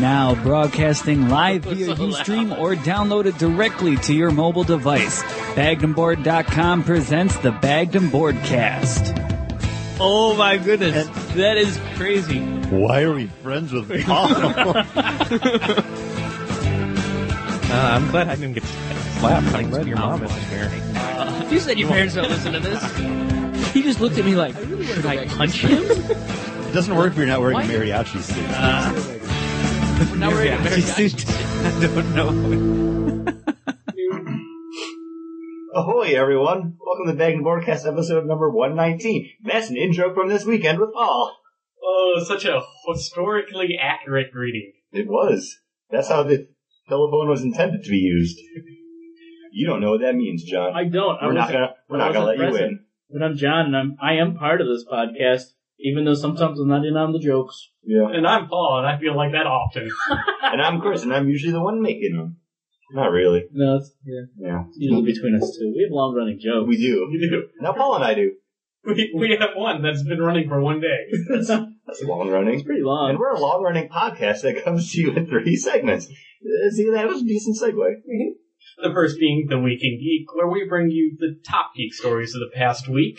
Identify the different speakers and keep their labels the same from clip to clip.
Speaker 1: Now broadcasting live via Ustream or downloaded directly to your mobile device. Bagdenboard.com presents the Bagden Boardcast.
Speaker 2: Oh my goodness, that is crazy.
Speaker 3: Why are we friends with Paul?
Speaker 4: Uh, I'm glad I didn't get slapped. I'm glad your mom isn't here.
Speaker 2: You said your parents don't listen to this. He just looked at me like, should I punch him?
Speaker 3: it doesn't work if you're not wearing
Speaker 2: Why?
Speaker 3: a mariachi suit.
Speaker 2: Now we're in a very
Speaker 4: I don't know.
Speaker 5: Ahoy, everyone! Welcome to Bag and Broadcast episode number 119. That's an intro from this weekend with Paul.
Speaker 6: Oh, such a historically accurate greeting.
Speaker 5: It was. That's how the telephone was intended to be used. You don't know what that means, John.
Speaker 6: I don't. I
Speaker 5: we're not
Speaker 6: wasn't-
Speaker 5: gonna. We're
Speaker 6: I
Speaker 5: not gonna let
Speaker 6: wasn't
Speaker 5: you
Speaker 6: present.
Speaker 5: in.
Speaker 6: But I'm John, and I'm I am part of this podcast, even though sometimes I'm not in on the jokes.
Speaker 5: Yeah.
Speaker 6: And I'm Paul, and I feel like that often.
Speaker 5: And I'm Chris, and I'm usually the one making them. Not really.
Speaker 6: No, it's yeah,
Speaker 5: Yeah.
Speaker 6: it's usually between us two. We have long running jokes.
Speaker 5: We do.
Speaker 6: We do.
Speaker 5: Now Paul and I do.
Speaker 6: We, we have one that's been running for one day.
Speaker 5: That's long
Speaker 6: It's
Speaker 5: running.
Speaker 6: pretty long.
Speaker 5: And we're a long running podcast that comes to you in three segments. Uh, See, that was a decent segue.
Speaker 6: The first being The Week in Geek, where we bring you the top geek stories of the past week.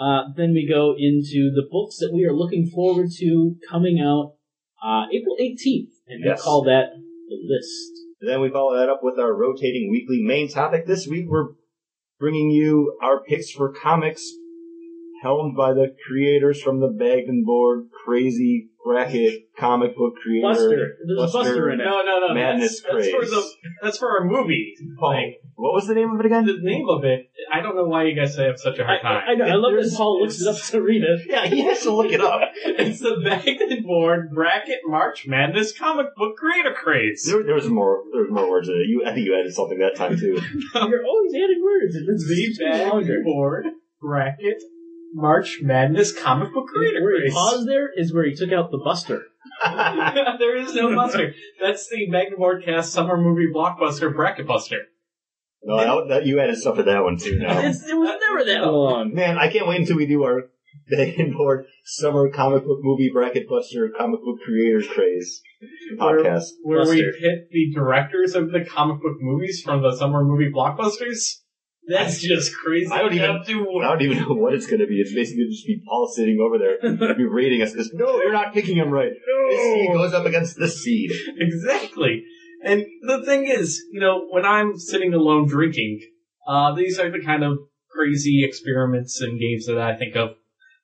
Speaker 2: Uh, then we go into the books that we are looking forward to coming out uh, April 18th, and
Speaker 5: Yes.
Speaker 2: we call that the list.
Speaker 5: Then we follow that up with our rotating weekly main topic. This week we're bringing you our picks for comics helmed by the creators from the Bag and Board Crazy Bracket comic book creator.
Speaker 2: Buster. There's
Speaker 5: Buster
Speaker 2: Buster in it.
Speaker 6: No, no, no.
Speaker 5: Madness
Speaker 6: that's, that's for
Speaker 5: craze.
Speaker 6: the that's for our movie
Speaker 5: Paul,
Speaker 6: thing.
Speaker 5: What was the name of it again?
Speaker 6: The name of it, I don't know why you guys have such a
Speaker 2: I,
Speaker 6: hard
Speaker 2: I,
Speaker 6: time.
Speaker 2: I know. I love
Speaker 5: There's-
Speaker 2: that Paul looks it up to read it.
Speaker 5: Yeah, he has to look it up.
Speaker 6: It's the Bagden Board Bracket March Madness comic book creator craze.
Speaker 5: There, there was more. There was more words in it. You, I think you added something that time too.
Speaker 2: You're always adding words. It's
Speaker 6: The Bagden Board Bracket March Madness comic book creator
Speaker 2: Where he
Speaker 6: craze.
Speaker 2: paused there is where he took out the Buster.
Speaker 6: there is no buster. That's the Bagden Board cast summer movie blockbuster bracket buster.
Speaker 5: No, that, that, you added stuff to that one too. Now,
Speaker 2: It's, it was never that long.
Speaker 5: man, I can't wait until we do our Bag and Board Summer Comic Book Movie Bracket Buster Comic Book Creators Craze podcast.
Speaker 6: Where
Speaker 2: Buster.
Speaker 6: we hit the directors of the comic book movies from the summer movie blockbusters. That's just crazy.
Speaker 5: I don't even-
Speaker 6: enough to-
Speaker 5: I don't even know what it's going to be. It's basically just be Paul sitting over there, be rating us. Goes, no, you're not picking him right. This seed goes up against this seed.
Speaker 6: Exactly. And the thing is, you know, when I'm sitting alone drinking, uh, these are the kind of crazy experiments and games that I think of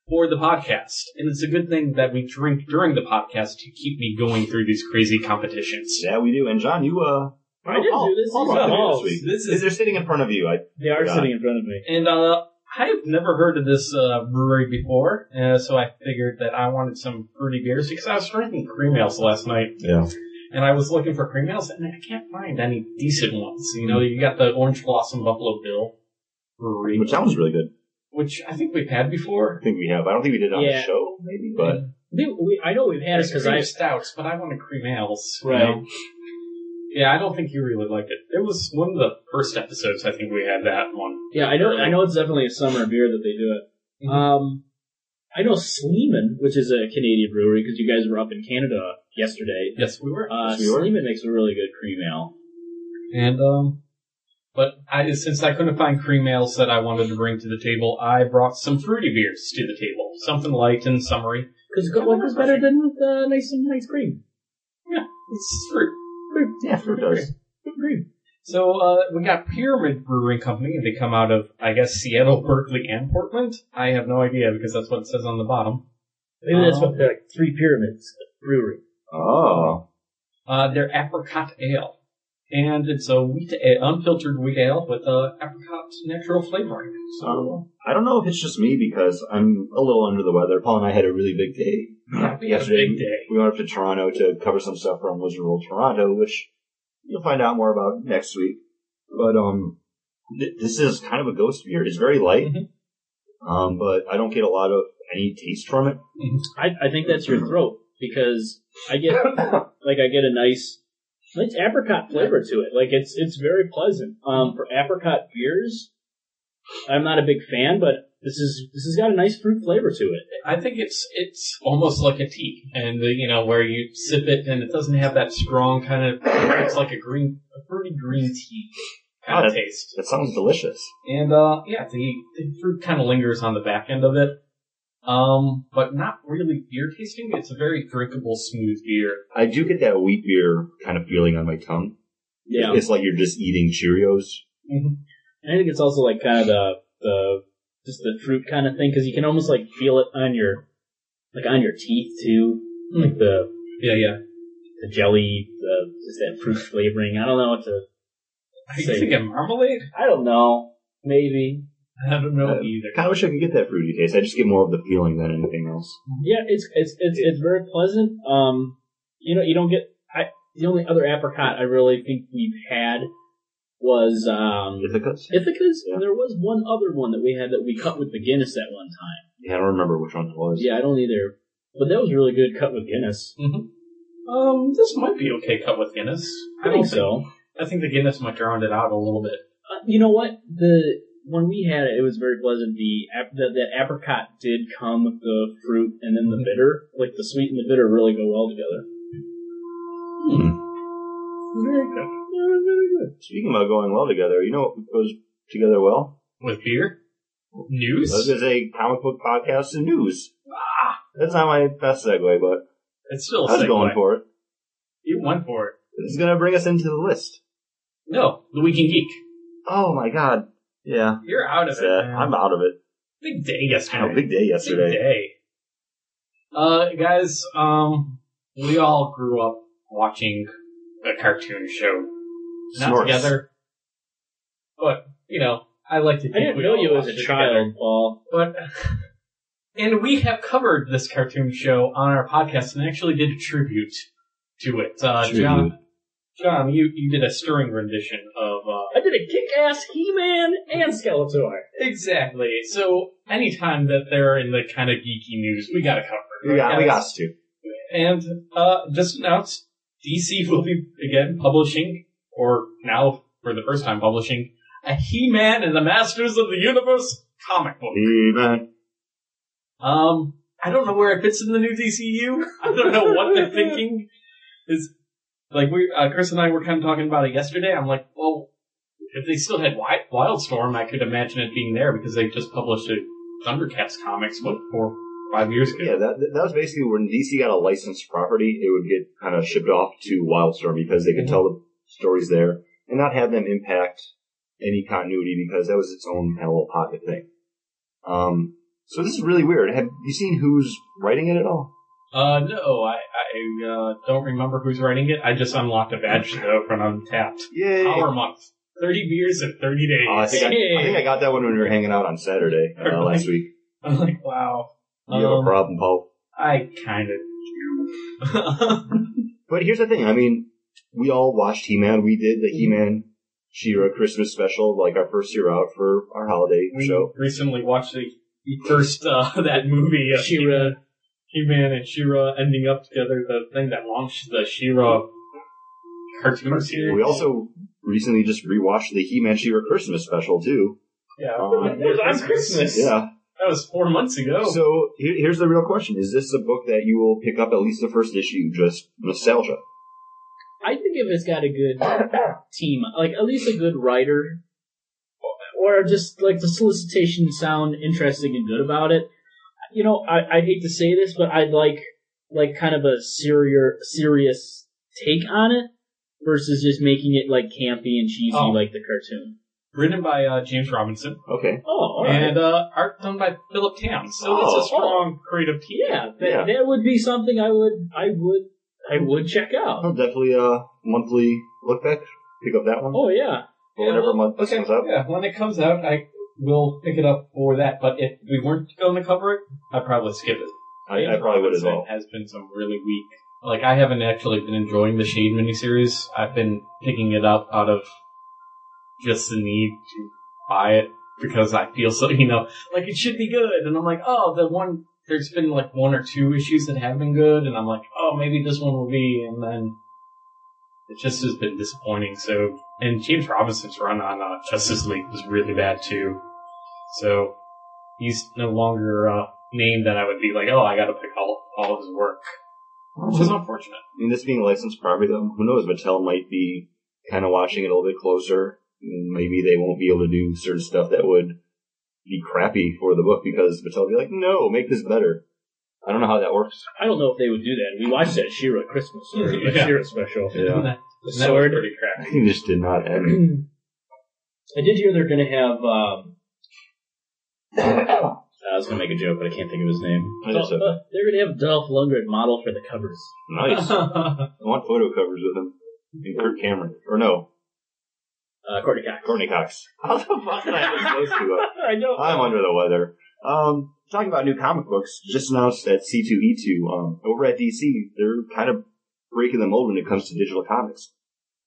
Speaker 6: for the podcast. And it's a good thing that we drink during the podcast to keep me going through these crazy competitions.
Speaker 5: Yeah, we do. And John, you uh,
Speaker 2: I didn't
Speaker 5: Paul-
Speaker 2: do this.
Speaker 5: Paul
Speaker 2: These
Speaker 5: brought
Speaker 2: are
Speaker 5: them in
Speaker 2: Paul's.
Speaker 5: this week.
Speaker 6: This
Speaker 5: Is
Speaker 6: is,
Speaker 5: they're sitting in front of you? I
Speaker 2: They are
Speaker 5: Yeah.
Speaker 2: sitting in front of me.
Speaker 6: and uh, I have never heard of this uh, brewery before, uh, so I figured that I wanted some fruity beers because I was drinking cream ales last night.
Speaker 5: yeah.
Speaker 6: And I was looking for cream ales, and I can't find any decent ones. You know, you got the Orange Blossom Buffalo Bill Brewery,
Speaker 5: Which sounds really good.
Speaker 6: which I think we've had
Speaker 5: I
Speaker 6: before.
Speaker 5: think we have. I don't think we did it on
Speaker 2: Yeah.
Speaker 5: the show, maybe, but
Speaker 2: They- we- I know we've had it because
Speaker 6: Cream
Speaker 2: I
Speaker 6: stouts, but I wanted cream ales. you
Speaker 2: Right.
Speaker 6: know? Yeah, I don't think you really liked it. It was one of the first episodes. I think we had that one.
Speaker 2: Yeah, I know. I know it's definitely a summer beer that they do it.
Speaker 5: Mm-hmm.
Speaker 6: Mhm.
Speaker 2: Um, I know Sleeman, which is a Canadian brewery, because you guys were up in Canada yesterday.
Speaker 6: Yes, we were.
Speaker 2: Uh,
Speaker 5: Yes, we were.
Speaker 2: Sleeman makes a really good cream ale.
Speaker 6: And um, but I since I couldn't find cream ales that I wanted to bring to the table, I brought some fruity beers to the table. Something light and summery.
Speaker 2: Because good one is better than with uh, nice and nice cream.
Speaker 6: It's fruit.
Speaker 5: yeah, sure does.
Speaker 2: Good cream.
Speaker 6: So uh, we got Pyramid Brewing Company. and They come out of, I guess, Seattle, Berkeley, and Portland. I have no idea because that's what it says on the bottom.
Speaker 2: Maybe that's
Speaker 6: Um,
Speaker 2: what they're like three pyramids brewery.
Speaker 5: Oh,
Speaker 6: Uh, they're apricot ale, and it's a wheat a- unfiltered wheat ale with uh, apricot natural flavoring. So
Speaker 5: I don't know if it's just me because I'm a little under the weather. Paul and I had a really big day
Speaker 6: we had a big day.
Speaker 5: We went up to Toronto to cover some stuff from Wizard World Toronto, which you'll find out more about next week. But um, th- this is kind of a ghost beer. It's very light,
Speaker 6: Mhm.
Speaker 5: um, but I don't get a lot of any taste from it.
Speaker 2: I, I think that's your throat because I get like I get a nice nice apricot flavor to it. Like it's it's very pleasant. Um, for apricot beers, I'm not a big fan, but this is this has got a nice fruit flavor to it.
Speaker 6: I think it's it's almost like a tea, and uh, you know where you sip it and it doesn't have that strong kind of. It's like a green, a fruity green tea kind
Speaker 5: Oh,
Speaker 6: of taste.
Speaker 5: It sounds delicious.
Speaker 6: And uh yeah, the, the fruit kind of lingers on the back end of it. Um, but not really beer tasting. It's a very drinkable, smooth beer.
Speaker 5: I do get that wheat beer kind of feeling on my tongue.
Speaker 2: Yeah,
Speaker 5: It's like you're just eating Cheerios. Mm-hmm.
Speaker 2: and I think it's also like kind of the the just the fruit kind of thing because you can almost like feel it on your like on your teeth too, like the
Speaker 6: Yeah, yeah.
Speaker 2: the jelly, the just that fruit flavoring. I don't know what to.
Speaker 6: Are you
Speaker 2: Same.
Speaker 6: thinking marmalade?
Speaker 2: I don't know. Maybe.
Speaker 6: I don't know
Speaker 5: Uh,
Speaker 6: either.
Speaker 5: kind of wish I could get that fruity taste. I just get more of the feeling than anything else.
Speaker 2: Yeah, it's it's it's, it's very pleasant. Um, you know, you don't get. I the only other apricot I really think we've had was um
Speaker 5: Ithaca's?
Speaker 2: Ithaca's.
Speaker 5: Yeah.
Speaker 2: There was one other one that we had that we cut with the Guinness at one time.
Speaker 5: Yeah, I don't remember which one it was.
Speaker 2: Yeah, I don't either. But that was really good cut with Guinness.
Speaker 6: Um, this might be okay cut with Guinness.
Speaker 2: I think so.
Speaker 6: I think the Guinness might drown it out a little bit.
Speaker 2: Uh, you know what? The when we had it, it was very pleasant. The ap- the, the apricot did come with the fruit and then the bitter, like the sweet and the bitter, really go well together.
Speaker 5: Very good. Very, very good. Speaking about going well together, you know what goes together well?
Speaker 6: With beer?
Speaker 5: I was
Speaker 6: News?
Speaker 5: going to say comic book podcasts and news. That's not my best segue, but
Speaker 6: It's still a
Speaker 5: I was going
Speaker 6: segue.
Speaker 5: for it.
Speaker 6: You went for it.
Speaker 5: This is going to bring us into the list.
Speaker 6: No, the Weekend Geek.
Speaker 5: Oh my god. Yeah.
Speaker 6: You're out of it.
Speaker 5: Yeah,
Speaker 6: man.
Speaker 5: I'm out of it.
Speaker 6: Big day yesterday.
Speaker 5: Wow, big day yesterday.
Speaker 6: Big day. Uh, guys, um, we all grew up watching a cartoon show. Not
Speaker 5: Snorts.
Speaker 6: together. But, you know, I like to think
Speaker 2: I didn't
Speaker 6: we
Speaker 2: know
Speaker 6: all
Speaker 2: you as
Speaker 6: watched
Speaker 2: a
Speaker 6: it
Speaker 2: child,
Speaker 6: together.
Speaker 2: Paul.
Speaker 6: But and we have covered this cartoon show on our podcast and actually did a tribute to it. Uh,
Speaker 5: Tribute.
Speaker 6: John, John, you you did a stirring rendition of uh,
Speaker 2: I did a kick-ass He-Man and Skeletor.
Speaker 6: exactly. So anytime that they're in the kind of geeky news, we got to cover. it,
Speaker 5: We got,
Speaker 6: right,
Speaker 5: we got
Speaker 6: guys?
Speaker 5: to.
Speaker 6: And uh, just announced, DC will be again publishing, or now for the first time publishing, a He-Man and the Masters of the Universe comic book.
Speaker 5: Even.
Speaker 6: Um, I don't know where it fits in the new DCU. I don't know what they're thinking. Is like we, uh, Chris and I were kind of talking about it yesterday. I'm like, well, if they still had Wi- Wildstorm, I could imagine it being there because they just published a Thundercats comics what four five years ago.
Speaker 5: Yeah, that, that was basically when DC got a licensed property, it would get kind of shipped off to Wildstorm because they could tell the stories there and not have them impact any continuity because that was its own kind of little pocket thing. Um, so this is really weird. Have you seen who's writing it at all?
Speaker 6: Uh, no, I I uh, don't remember who's writing it. I just unlocked a badge though from Untapped.
Speaker 5: Yay!
Speaker 6: Power month, thirty beers in thirty days.
Speaker 5: Oh, I, think I, I think I got that one when we were hanging out on Saturday uh, last week.
Speaker 6: am like, wow.
Speaker 5: You have a
Speaker 6: Um,
Speaker 5: problem, Paul.
Speaker 6: I kind of do.
Speaker 5: But here's the thing. I mean, we all watched He-Man. We did the He-Man She-Ra Christmas special, like our first year out for our holiday
Speaker 6: we
Speaker 5: show.
Speaker 6: recently watched the, the first uh, that movie of
Speaker 2: She-Ra.
Speaker 6: He-Man and She-Ra ending up together, the thing that launched the She-Ra cartoon series.
Speaker 5: We also recently just rewatched the He-Man She-Ra Christmas special too.
Speaker 6: yeah,
Speaker 5: Um,
Speaker 6: it was on Christmas.
Speaker 5: Yeah.
Speaker 6: That was four months ago.
Speaker 5: So here, here's the real question: Is this a book that you will pick up at least the first issue, just nostalgia?
Speaker 2: I think if it's got a good team, like at least a good writer, or just like the solicitation sound interesting and good about it. You know, I, I hate to say this, but I'd like like kind of a serious serious take on it versus just making it like campy and cheesy
Speaker 6: Oh.
Speaker 2: like the cartoon.
Speaker 6: Written by uh, James Robinson
Speaker 5: Okay.
Speaker 2: Oh, all right.
Speaker 6: and uh, art done by Philip Tam. So
Speaker 5: Oh.
Speaker 6: it's a strong creative team.
Speaker 2: yeah, that,
Speaker 5: Yeah.
Speaker 2: that would be something I would I would I would check out.
Speaker 5: I'll definitely uh monthly look back. Pick up that one.
Speaker 2: Oh yeah.
Speaker 5: Or whenever
Speaker 6: well,
Speaker 5: month this
Speaker 6: okay,
Speaker 5: comes up.
Speaker 6: Yeah, when it comes out, I will pick it up for that. But if we weren't going to cover it, I'd probably skip it.
Speaker 5: I, I probably would as well.
Speaker 6: Has been some really weak. Like I haven't actually been enjoying the Shade miniseries. I've been picking it up out of just the need to buy it because I feel so you know like it should be good, and I'm like, oh, the one there's been like one or two issues that have been good, and I'm like, oh, maybe this one will be, and then it just has been disappointing. So, and James Robinson's run on uh, Justice League was really bad too. So he's no longer uh, a name that I would be like, oh, I got to pick all, all of his work, which is unfortunate.
Speaker 5: I mean, this being licensed property, though, who knows? Mattel might be kind of watching it a little bit closer. Maybe they won't be able to do certain stuff that would be crappy for the book because Mattel would be like, no, make this better. I don't know how that works.
Speaker 2: I don't know if they would do that. We watched that Shira Christmas or the
Speaker 6: Yeah.
Speaker 2: Shira special.
Speaker 6: And that,
Speaker 2: The
Speaker 6: and that was
Speaker 2: sword.
Speaker 6: pretty crap.
Speaker 5: It just did not end.
Speaker 2: I did hear they're going to have. Um, I was going to make a joke, but I can't think of his name.
Speaker 5: I guess so.
Speaker 2: Uh, they're going to have Dolph Lundgren model for the covers. Uh,
Speaker 5: Nice. I want photo covers with him. And Kurt Cameron. Or no,
Speaker 2: Uh, Courtney Cox.
Speaker 5: Courtney Cox. How the fuck did I miss those two up?
Speaker 2: I know.
Speaker 5: I'm under the weather. Um, talking about new comic books, just announced at C2E2, um, over at DC, they're kind of breaking the mold when it comes to digital comics.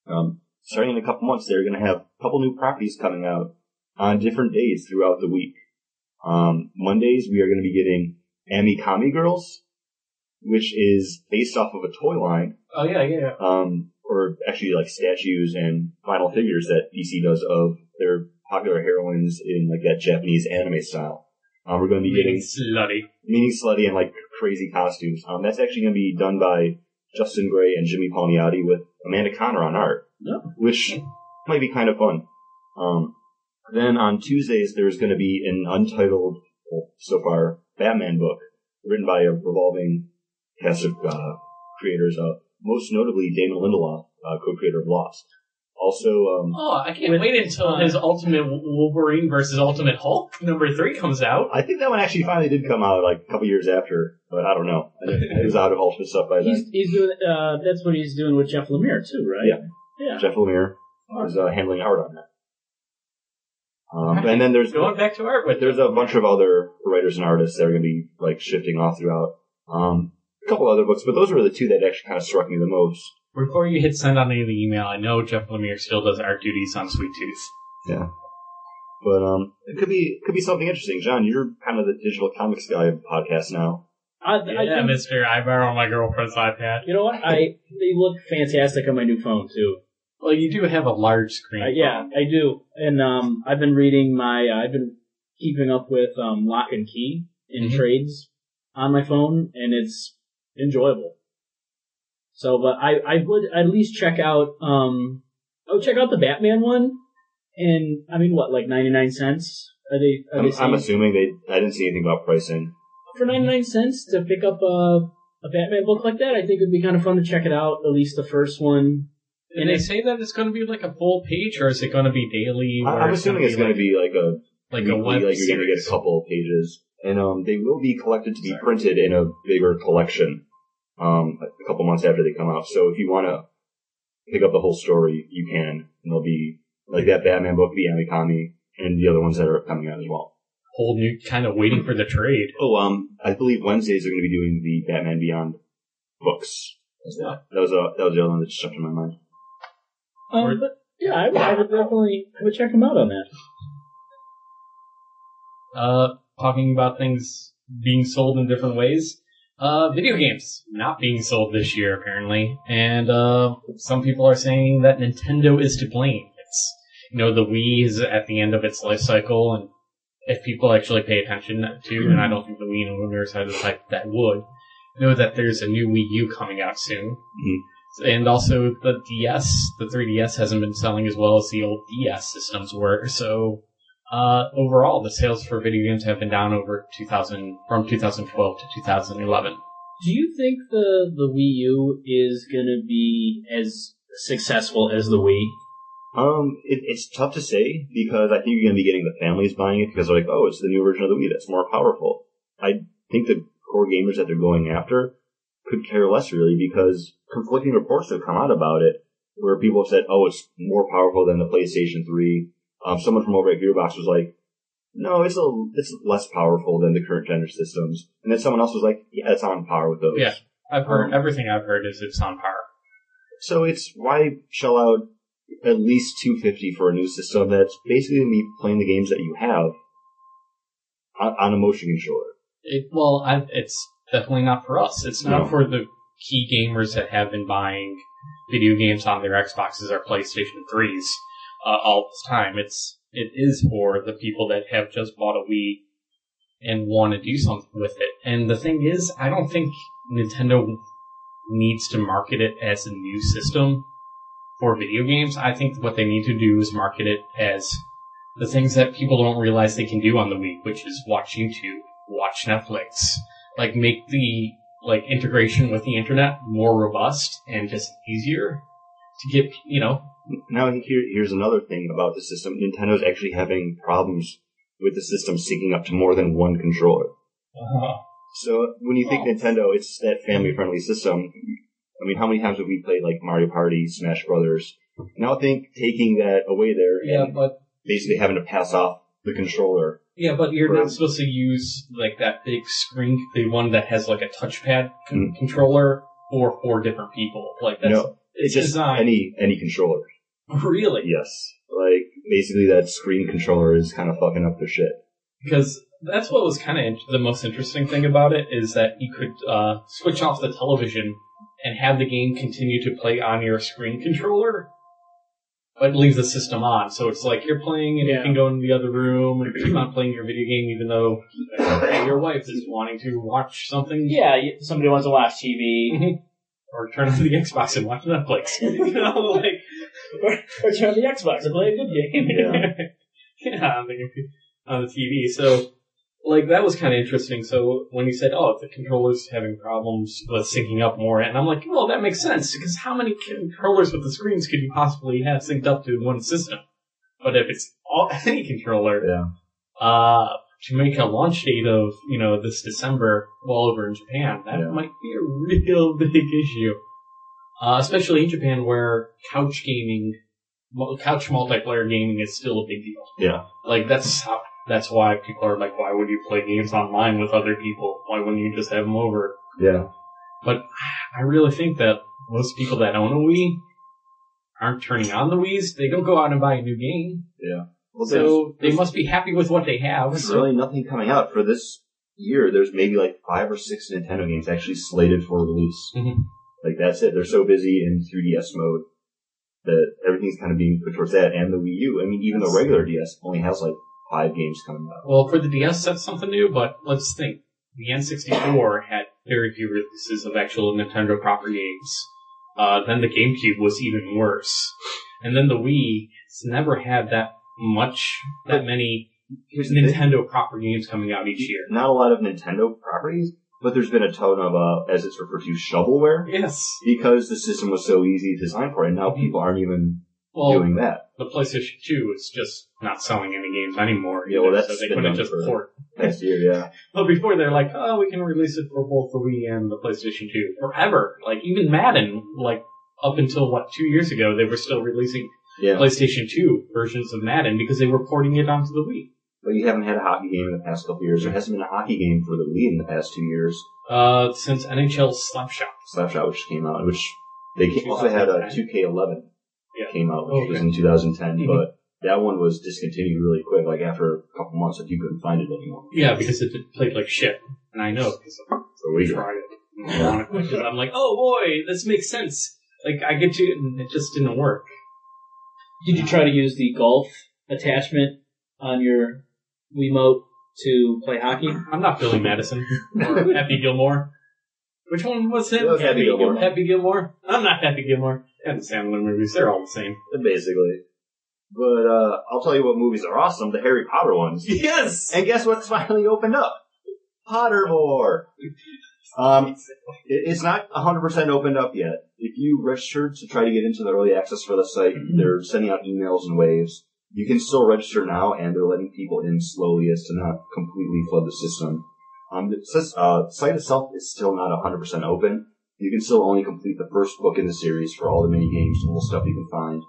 Speaker 5: Um, starting in a couple months, they're going to have a couple new properties coming out on different days throughout the week. Um, Mondays, we are going to be getting Ami Kami Girls, which is based off of a toy line
Speaker 6: oh yeah, yeah, yeah.
Speaker 5: um, or actually like statues and vinyl figures that DC does of their popular heroines in like that Japanese anime style. Um, we're going to be
Speaker 6: Being
Speaker 5: getting
Speaker 6: slutty.
Speaker 5: meaning slutty and like crazy costumes. Um, that's actually going to be done by Justin Gray and Jimmy Palmiotti with Amanda Connor on art,
Speaker 2: No.
Speaker 5: which might be kind of fun. Um, then on Tuesdays there's going to be an untitled, well, so far, Batman book written by a revolving cast of uh, creators, uh, most notably Damon Lindelof, uh, co-creator of Lost. Also, um,
Speaker 6: Oh, I can't
Speaker 2: With-
Speaker 6: wait until his Ultimate Wolverine versus Ultimate Hulk number three comes out.
Speaker 5: I think that one actually finally did come out like a couple years after, but I don't know. It was out of all this stuff by then.
Speaker 2: He's, he's doing. Uh, that's what he's doing with Jeff Lemire too, right?
Speaker 5: Yeah.
Speaker 2: Yeah.
Speaker 5: Jeff Lemire was uh, handling art on that. Um, and then there's
Speaker 6: Going back to art with
Speaker 5: there's a bunch of other writers and artists that are going to be like shifting off throughout. Um, a couple other books, but those were the two that actually kind of struck me the most.
Speaker 6: Before you hit send on the email, I know Jeff Lemire still does art duties on Sweet Tooth.
Speaker 5: But um, it could be it could be something interesting. John, you're kind of the digital comics guy of the podcast now.
Speaker 2: I, I
Speaker 6: Yeah,
Speaker 2: think-
Speaker 6: Mister, I borrow my girlfriend's iPad.
Speaker 2: you know what? I they look fantastic on my new phone too.
Speaker 6: Well, you do have a large screen.
Speaker 2: Uh, yeah, I do. And um, I've been reading my, uh, I've been keeping up with um, Lock and Key in
Speaker 5: Mm-hmm.
Speaker 6: Mhm.
Speaker 2: trades on my phone, and it's enjoyable. So, but I, I would at least check out, um, oh, check out the Batman one. And I mean, what, like ninety nine cents? Are they? Are
Speaker 5: I'm,
Speaker 2: they
Speaker 5: I'm
Speaker 2: saying-
Speaker 5: assuming they I didn't see anything about pricing.
Speaker 2: for 99 cents to pick up a, a Batman book like that, I think it would be kind of fun to check it out, at least the first one.
Speaker 6: and they say that it's going to be like a full page, or is it going to be daily?
Speaker 5: I,
Speaker 6: or
Speaker 5: I'm
Speaker 6: it's
Speaker 5: assuming it's going to
Speaker 6: like-
Speaker 5: be like a
Speaker 6: like a
Speaker 5: weekly,
Speaker 6: web
Speaker 5: like you're going to
Speaker 6: series.
Speaker 5: get a couple pages, and um, they will be collected to be printed in a bigger collection um, a couple months after they come out. So if you want to pick up the whole story, you can. And they'll be like that Batman book, the Amikami, and the other ones that are coming out as well.
Speaker 6: whole new kind of waiting for the trade.
Speaker 5: Oh, um, I believe Wednesdays are going to be doing the Batman Beyond books.
Speaker 6: Yeah.
Speaker 5: That was a, that was the other one that just jumped in my mind.
Speaker 2: Um, but yeah, I, would- I would definitely I would check them out on that.
Speaker 6: Uh, talking about things being sold in different ways. Uh, video games not being sold this year apparently, and uh, some people are saying that Nintendo is to blame. It's you know the Wii is at the end of its life cycle, and if people actually pay attention to, and I don't think the Wii owners are the type that would know that there's a new Wii U coming out soon. And also the DS, the 3DS hasn't been selling as well as the old DS systems were. So uh, overall, the sales for video games have been down over 2000 from 2012 to 2011.
Speaker 2: Do you think the, the Wii U is going to be as successful as the Wii?
Speaker 5: Um, it, it's tough to say because I think you're going to be getting the families buying it because they're like, oh, it's the new version of the Wii that's more powerful. I think the core gamers that they're going after could care less really because conflicting reports have come out about it where people have said, oh, it's more powerful than the PlayStation 3. Um, someone from over at Gearbox was like, no, it's a, it's less powerful than the current gen systems. And then someone else was like, yeah, it's on par with those.
Speaker 6: Yeah. I've heard
Speaker 5: Um,
Speaker 6: everything I've heard is it's on par.
Speaker 5: So it's why shell out at least two fifty for a new system that's basically going to be playing the games that you have on, on a motion controller.
Speaker 6: It, well, I, it's definitely not for us. It's not
Speaker 5: No.
Speaker 6: for the key gamers that have been buying video games on their Xboxes or PlayStation 3s uh, all this time. It's It is for the people that have just bought a Wii and want to do something with it. And the thing is, I don't think Nintendo needs to market it as a new system for video games. I think what they need to do is market it as the things that people don't realize they can do on the Wii, which is watch YouTube, watch Netflix, like make the like integration with the internet more robust and just easier to get, you know,
Speaker 5: Now here, here's another thing about the system. Nintendo's actually having problems with the system syncing up to more than one controller.
Speaker 6: Uh-huh.
Speaker 5: So when you think
Speaker 6: Oh.
Speaker 5: Nintendo, it's that family-friendly system. I mean, how many times have we played like Mario Party, Smash Brothers? Now I think taking that away there
Speaker 6: yeah,
Speaker 5: and
Speaker 6: but
Speaker 5: basically having to pass off the controller.
Speaker 6: yeah, but you're
Speaker 5: Right.
Speaker 6: not supposed to use like that big screen, the one that has like a touchpad con-
Speaker 5: Mm.
Speaker 6: controller for four different people. Like that's
Speaker 5: no,
Speaker 6: it's
Speaker 5: it's just
Speaker 6: designed
Speaker 5: any any controller.
Speaker 6: really
Speaker 5: Yes, like basically that screen controller is kind of fucking up their shit.
Speaker 6: because that's what was kind of in- the most interesting thing about it is that you could uh, switch off the television and have the game continue to play on your screen controller, but leave the system on. So it's like you're playing and you
Speaker 2: Yeah.
Speaker 6: can go into the other room and keep on playing your video game, even though hey, your wife is wanting to watch something.
Speaker 2: Yeah, you- somebody wants to watch
Speaker 6: Mm-hmm.
Speaker 2: TV.
Speaker 6: Or turn on the Xbox and watch Netflix. you know, like
Speaker 2: or turn on the Xbox and play a good game.
Speaker 5: Yeah.
Speaker 6: yeah, on the compu- on the TV. So, like that was kind of interesting. So when you said, "Oh, the controller's having problems with syncing up more," and I'm like, "Well, that makes sense because how many controllers with the screens could you possibly have synced up to in one system? But if it's all any controller,
Speaker 5: Yeah.
Speaker 6: uh, to make a launch date of you know this December, well over in Japan, that
Speaker 5: Yeah.
Speaker 6: might be a real big issue." Uh, especially in Japan, where couch gaming, well, couch multiplayer gaming is still a big deal.
Speaker 5: Yeah.
Speaker 6: Like that's how, that's why people are like, why would you play games online with other people? Why wouldn't you just have them over?
Speaker 5: Yeah,
Speaker 6: But I really think that most people that own a Wii aren't turning on the Wii's. They don't go out and buy a new game,
Speaker 5: yeah. Well,
Speaker 6: so
Speaker 5: there's-
Speaker 6: they must be happy with what they have.
Speaker 5: There's
Speaker 6: So
Speaker 5: really nothing coming out for this year. There's maybe like five or six Nintendo games actually slated for release.
Speaker 6: Mhm.
Speaker 5: Like that's it. They're so busy in 3DS mode that everything's kind of being put towards that and the Wii U. I mean, even the regular DS only has like five games coming out.
Speaker 6: Well, for the DS, that's something new, but let's think. The N64 had very few releases of actual Nintendo proper games. Uh, then the GameCube was even worse. And then the Wii has never had that much, that many
Speaker 5: Here's the thing.
Speaker 6: Nintendo proper games coming out each year.
Speaker 5: Not a lot of Nintendo properties, but there's been a ton of, uh, as it's referred to, shovelware
Speaker 6: Yes.
Speaker 5: because the system was so easy to design for, and now people aren't even
Speaker 6: Well,
Speaker 5: doing that.
Speaker 6: the PlayStation 2 is just not selling any games anymore.
Speaker 5: Yeah, well,
Speaker 6: either,
Speaker 5: that's
Speaker 6: so they
Speaker 5: been
Speaker 6: couldn't
Speaker 5: done
Speaker 6: just
Speaker 5: for-
Speaker 6: port.
Speaker 5: Last year, yeah,
Speaker 6: But before they're like, oh, we can release it for both the Wii and the PlayStation 2 forever. Like even Madden, like up until what two years ago, they were still releasing
Speaker 5: yeah.
Speaker 6: PlayStation 2 versions of Madden because they were porting it onto the Wii.
Speaker 5: But you haven't had a hockey game in the past couple years. There hasn't been a hockey game for the Wii in the past two years.
Speaker 6: Uh, since NHL Slapshot.
Speaker 5: Slapshot, which came out, which they came, also had a 2K11
Speaker 6: Yeah. Oh,
Speaker 5: came out, which was
Speaker 6: Okay.
Speaker 5: in 2010,
Speaker 6: Mhm.
Speaker 5: but that one was discontinued really quick. Like after a couple months, like you couldn't find it anymore.
Speaker 6: Yeah, because it did- played like shit, and I know because
Speaker 5: So
Speaker 6: I
Speaker 5: we
Speaker 6: tried it. And I wanted- 'cause I'm like, oh boy, this makes sense. Like I get to, and it just didn't work.
Speaker 2: Did you try to use the golf attachment on your Wiimote to play hockey?
Speaker 6: I'm not Billy Madison or Happy Gilmore. Which one was it?
Speaker 5: That was Happy Gilmore.
Speaker 6: Happy Gilmore. I'm not Happy Gilmore. And the Sandler movies, they're all the same.
Speaker 5: basically. But uh, I'll tell you what movies are awesome: the Harry Potter ones.
Speaker 6: Yes.
Speaker 5: And guess what's finally opened up? Pottermore. Um, it, it's not 100% opened up yet. If you registered to try to get into the early access for the site, they're sending out emails and waves. You can still register now, and they're letting people in slowly as to not completely flood the system. Um, the sys- uh, the site itself is still not 100% open. You can still only complete the first book in the series for all the mini games and little stuff you can find.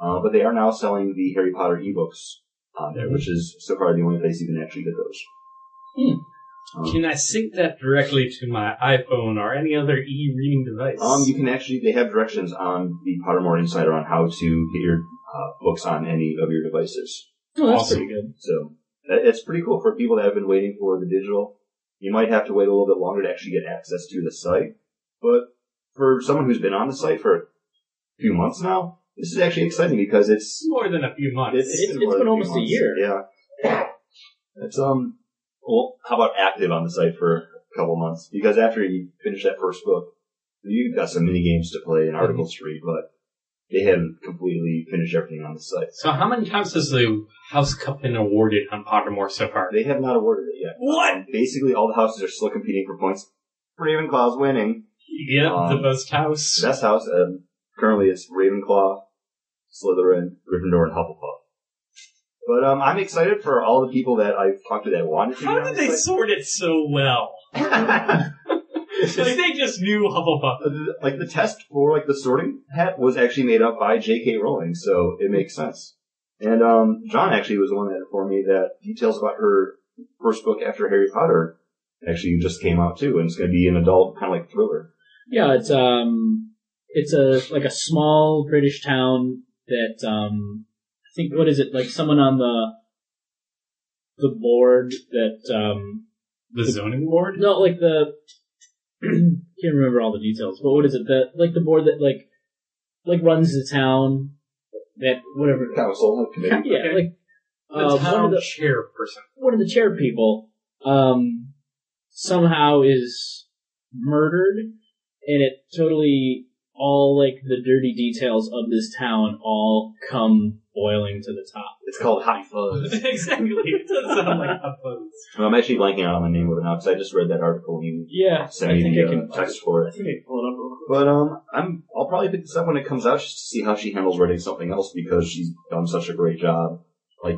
Speaker 5: Uh, but they are now selling the Harry Potter ebooks on there, which is so far the only place you can actually get those. Um,
Speaker 6: Can I sync that directly to my iPhone or any other e-reading device?
Speaker 5: Um, you can actually, they have directions on the Pottermore Insider on how to get your uh, books on any of your devices.
Speaker 2: Oh, that's
Speaker 6: Awesome.
Speaker 2: pretty good.
Speaker 5: So that- it's pretty cool for people that have been waiting for the digital. You might have to wait a little bit longer to actually get access to the site, but for someone who's been on the site for a few months now, This is actually exciting because it's
Speaker 6: It's more than a few months.
Speaker 5: It's,
Speaker 2: It's-
Speaker 5: it's
Speaker 2: it's been
Speaker 5: been
Speaker 2: almost a year.
Speaker 5: Yeah. It's um. Well, how about active on the site for a couple months? Because after you finish that first book, you've got some mini games to play and articles to read, but they haven't completely finished everything on the site.
Speaker 6: so how many times has the House Cup been awarded on Pottermore so far?
Speaker 5: They have not awarded it yet.
Speaker 6: What?
Speaker 5: Basically, all the houses are still competing for points. Ravenclaw's winning.
Speaker 6: Yeah, the
Speaker 5: Um,
Speaker 6: best house.
Speaker 5: The best house um, currently is Ravenclaw, Slytherin, Gryffindor, and Hufflepuff. But um, I'm excited for all the people that I've talked to that wanted to.
Speaker 6: How
Speaker 5: be on
Speaker 6: did
Speaker 5: the
Speaker 6: they
Speaker 5: site.
Speaker 6: sort it so well? Like they just knew Hufflepuff.
Speaker 5: like the test for like the sorting hat was actually made up by J.K. Rowling, so it makes sense. And um, John actually was the one that informed me that details about her first book after Harry Potter actually just came out too, and it's going to be an adult kind of like thriller.
Speaker 2: Yeah, it's um, it's a like a small British town that um, I think what is it like someone on the the board that um,
Speaker 6: The zoning board?
Speaker 2: no, like the can't remember all the details, but what is it that like the board that like like runs the town that whatever
Speaker 5: Council committee.
Speaker 2: yeah
Speaker 6: Okay.
Speaker 2: like
Speaker 6: The
Speaker 2: uh, one
Speaker 6: town
Speaker 2: of the
Speaker 6: chairperson.
Speaker 2: one of the chair people um, somehow is murdered, and it totally all like the dirty details of this town all come boiling to the top.
Speaker 5: It's called Hot Fuzz.
Speaker 6: exactly. It does sound like Hufflepuff.
Speaker 5: And I'm actually blanking out on the name of it now because I just read that article you
Speaker 2: Yeah,
Speaker 5: sent me the uh, text for
Speaker 2: I
Speaker 5: it.
Speaker 2: think I can pull it up. real
Speaker 5: But um, I'm I'll probably pick this up when it comes out just to see how she handles writing something else because she's done such a great job, like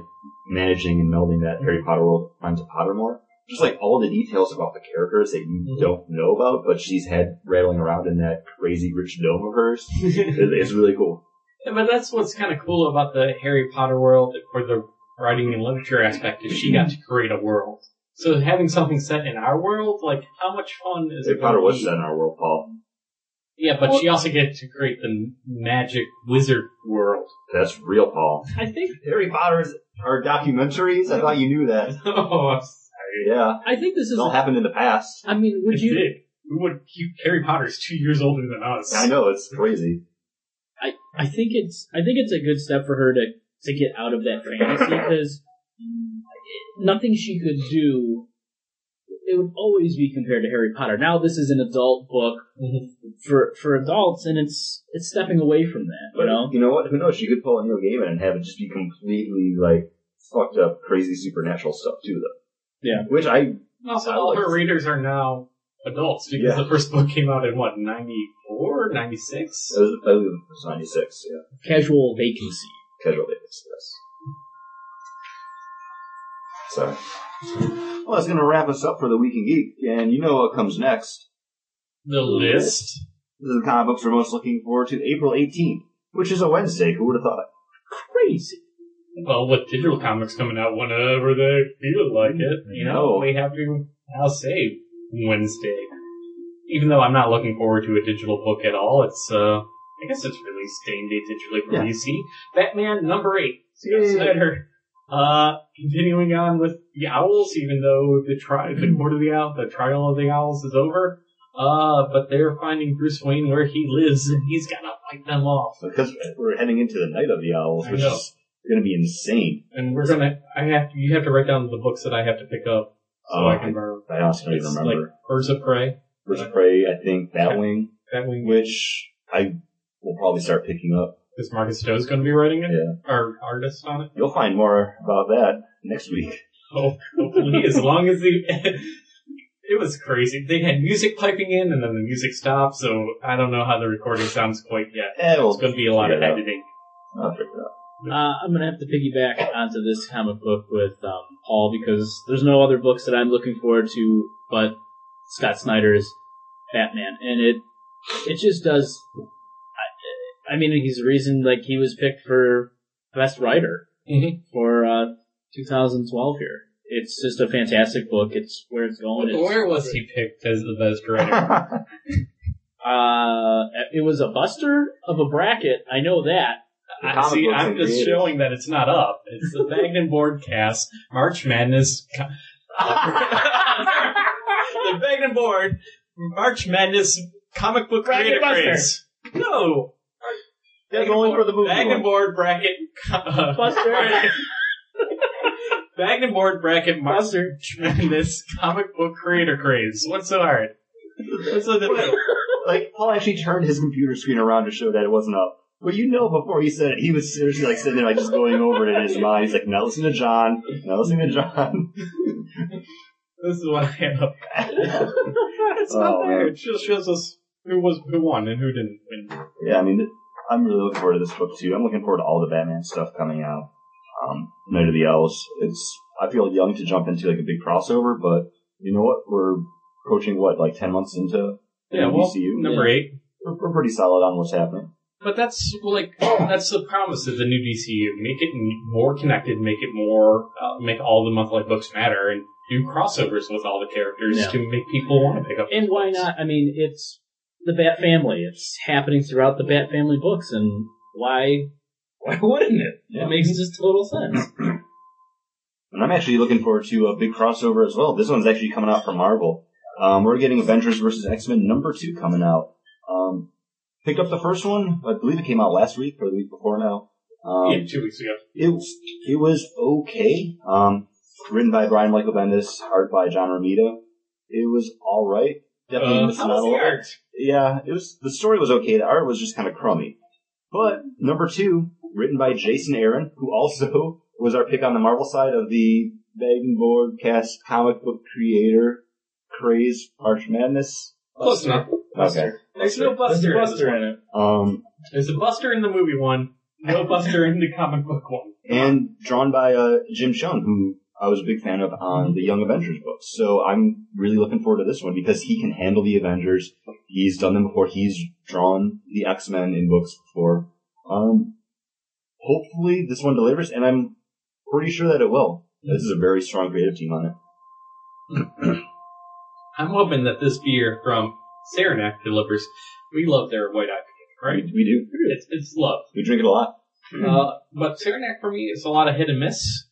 Speaker 5: managing and melding that Harry Potter world onto Pottermore. Just like all the details about the characters that you don't know about, but she's had rattling around in that crazy rich dome of hers. It- it's really cool.
Speaker 6: Yeah, but that's what's kind of cool about the Harry Potter world for the writing and literature aspect is she got
Speaker 2: Mm-hmm.
Speaker 6: to create a world. So having something set in our world, like how much fun is
Speaker 5: Harry
Speaker 6: it? gonna
Speaker 5: Potter was
Speaker 6: be?
Speaker 5: set in our world, Paul.
Speaker 6: Yeah, but she also gets to create the magic wizard world.
Speaker 5: That's real, Paul.
Speaker 2: quick. I think
Speaker 5: Harry Potter's are documentaries. I thought you knew that.
Speaker 6: oh, I'm sorry.
Speaker 5: Yeah,
Speaker 2: I think this
Speaker 5: it
Speaker 2: is.
Speaker 5: all happened in the past.
Speaker 2: I mean, would
Speaker 6: It
Speaker 2: you?
Speaker 6: did. We would you, Harry Potter's two years older than us.
Speaker 5: I know it's crazy.
Speaker 2: I think it's. I think it's a good step for her to to get out of that fantasy because nothing she could do. It would always be compared to Harry Potter. Now this is an adult book for for adults, and it's it's stepping away from that. You
Speaker 5: But
Speaker 2: know,
Speaker 6: um,
Speaker 5: you know what? Who knows? She could pull a Neil Gaiman and have it just be completely like fucked up, crazy supernatural stuff too, though.
Speaker 2: Yeah.
Speaker 5: Which I
Speaker 6: And also, all her readers are now adults because
Speaker 5: Yeah.
Speaker 6: the first book came out in what 94, 96?
Speaker 5: it was, I believe it was ninety six. Yeah,
Speaker 2: casual vacancy.
Speaker 5: casual days. Yes. So, well, that's gonna wrap us up for the week in geek, and you know what comes next.
Speaker 6: The list.
Speaker 5: This is the comic books we're most looking forward to, April eighteenth, which is a Wednesday. Who would have thought?
Speaker 2: Crazy.
Speaker 6: Well, with digital comics coming out whenever they feel like
Speaker 5: Mm-hmm.
Speaker 6: it, you know,
Speaker 5: No.
Speaker 6: we have to now say Wednesday. Even though I'm not looking forward to a digital book at all, it's uh, I guess it's released same day digitally from
Speaker 5: Yeah.
Speaker 6: DC. Batman number eight, Scott
Speaker 5: Yay.
Speaker 6: Snyder. Uh, continuing on with the Owls, even though the trial, the court of the owl, the trial of the Owls is over. Uh, but they're finding Bruce Wayne where he lives, and he's gotta fight them off.
Speaker 5: Because we're heading into the Night of the Owls,
Speaker 6: I
Speaker 5: which
Speaker 6: know.
Speaker 5: is gonna be insane.
Speaker 6: And we're gonna, I have to, you have to write down the books that I have to pick up. So
Speaker 5: Oh,
Speaker 6: I can borrow.
Speaker 5: I honestly
Speaker 6: It's
Speaker 5: remember.
Speaker 6: like Birds of Prey.
Speaker 5: Birds of Prey, I think Batwing,
Speaker 6: That wing
Speaker 5: which I will probably start picking up.
Speaker 6: is Marcus Stowe's going to be writing it.
Speaker 5: Yeah.
Speaker 6: Our artist on it.
Speaker 5: You'll find more about that next week.
Speaker 6: Oh, hopefully, as long as the it was crazy. They had music piping in, and then the music stopped. So I don't know how the recording sounds quite yet.
Speaker 5: Eh, we'll
Speaker 6: It's going to be a lot of
Speaker 5: figure it out.
Speaker 6: editing.
Speaker 5: I'll figure it out.
Speaker 2: Uh, I'm gonna have to piggyback onto this comic book with um, Paul because there's no other books that I'm looking forward to but Scott Snyder's Batman, and it it just does. I, I mean, he's the reason like he was picked for best writer
Speaker 6: Mhm.
Speaker 2: for uh, 2012 here. It's just a fantastic book. It's where it's going. It's-
Speaker 6: Where was he picked as the best writer?
Speaker 2: Uh, it was a buster of a bracket. I know that.
Speaker 5: The
Speaker 6: I
Speaker 5: comic
Speaker 6: see.
Speaker 5: books
Speaker 6: I'm
Speaker 5: and
Speaker 6: just
Speaker 5: creators.
Speaker 6: showing that it's not up. It's the Bagged and Board cast March Madness. co- the Bagged and Board March Madness comic book
Speaker 2: Bracket
Speaker 6: creator
Speaker 2: Buster.
Speaker 6: craze. No,
Speaker 2: That's only for the movie.
Speaker 6: Bag and
Speaker 2: one.
Speaker 6: board bracket.
Speaker 2: Buster.
Speaker 6: Bag and board bracket marks
Speaker 2: Buster.
Speaker 6: tremendous comic book creator craze. What's so hard? What's so difficult?
Speaker 5: Like, Paul actually turned his computer screen around to show that it wasn't up. Well, you know, before he said it, he was seriously like sitting there, like just going over it in his mind. He's like, "Now listen to John. Now listen to John."
Speaker 6: This is what I am up at. it's
Speaker 5: Oh,
Speaker 6: not
Speaker 5: man.
Speaker 6: there. It just shows us who was who won and who didn't win.
Speaker 5: yeah, I mean, I'm really looking forward to this book too. I'm looking forward to all the Batman stuff coming out. Um, Night of the Owls. It's I feel young to jump into like a big crossover, but you know what? We're approaching what like ten months into
Speaker 6: Yeah, well,
Speaker 5: DCU?
Speaker 6: number eight.
Speaker 5: We're, we're pretty solid on what's happening.
Speaker 6: But that's well, like that's the promise of the new DCU. Make it m- more connected. Make it more. Uh, make all the monthly books matter, and do crossovers with all the characters
Speaker 2: Yeah.
Speaker 6: to make people want to pick up.
Speaker 2: And why not? I mean, it's the Bat Family. It's happening throughout the Bat Family books, and why? Why wouldn't it? It makes just total sense.
Speaker 5: And I'm actually looking forward to a big crossover as well. This one's actually coming out from Marvel. Um, we're getting Avengers versus X-Men number two coming out. Um, picked up the first one. I believe it came out last week or the week before now. Um,
Speaker 6: yeah, two weeks ago.
Speaker 5: it it was okay. Um, written by Brian Michael Bendis, art by John Romita. It was all right. Definitely
Speaker 6: Uh,
Speaker 5: missing
Speaker 6: how was
Speaker 5: out a
Speaker 6: the
Speaker 5: lot.
Speaker 6: art?
Speaker 5: Yeah, it was. The story was okay. The art was just kind of crummy. But number two, written by Jason Aaron, who also was our pick on the Marvel side of the Bag and Board cast comic book creator craze, March Madness.
Speaker 6: Close enough.
Speaker 5: Okay.
Speaker 6: There's no Buster. in this one.
Speaker 2: in it.
Speaker 5: Um,
Speaker 6: There's a Buster in the movie one. No Buster in the comic book one.
Speaker 5: and drawn by uh, Jim Chung, who I was a big fan of on the Young Avengers books. So I'm really looking forward to this one because he can handle the Avengers. He's done them before. He's drawn the X Men in books before. Um, hopefully this one delivers, and I'm pretty sure that it will. This is a very strong creative team on it.
Speaker 6: I'm hoping that this beer from Saranac delivers. We love their white IPA, right?
Speaker 5: We, we do.
Speaker 6: It's it's love.
Speaker 5: We drink it a lot.
Speaker 6: Uh, but Saranac for me is a lot of hit and miss,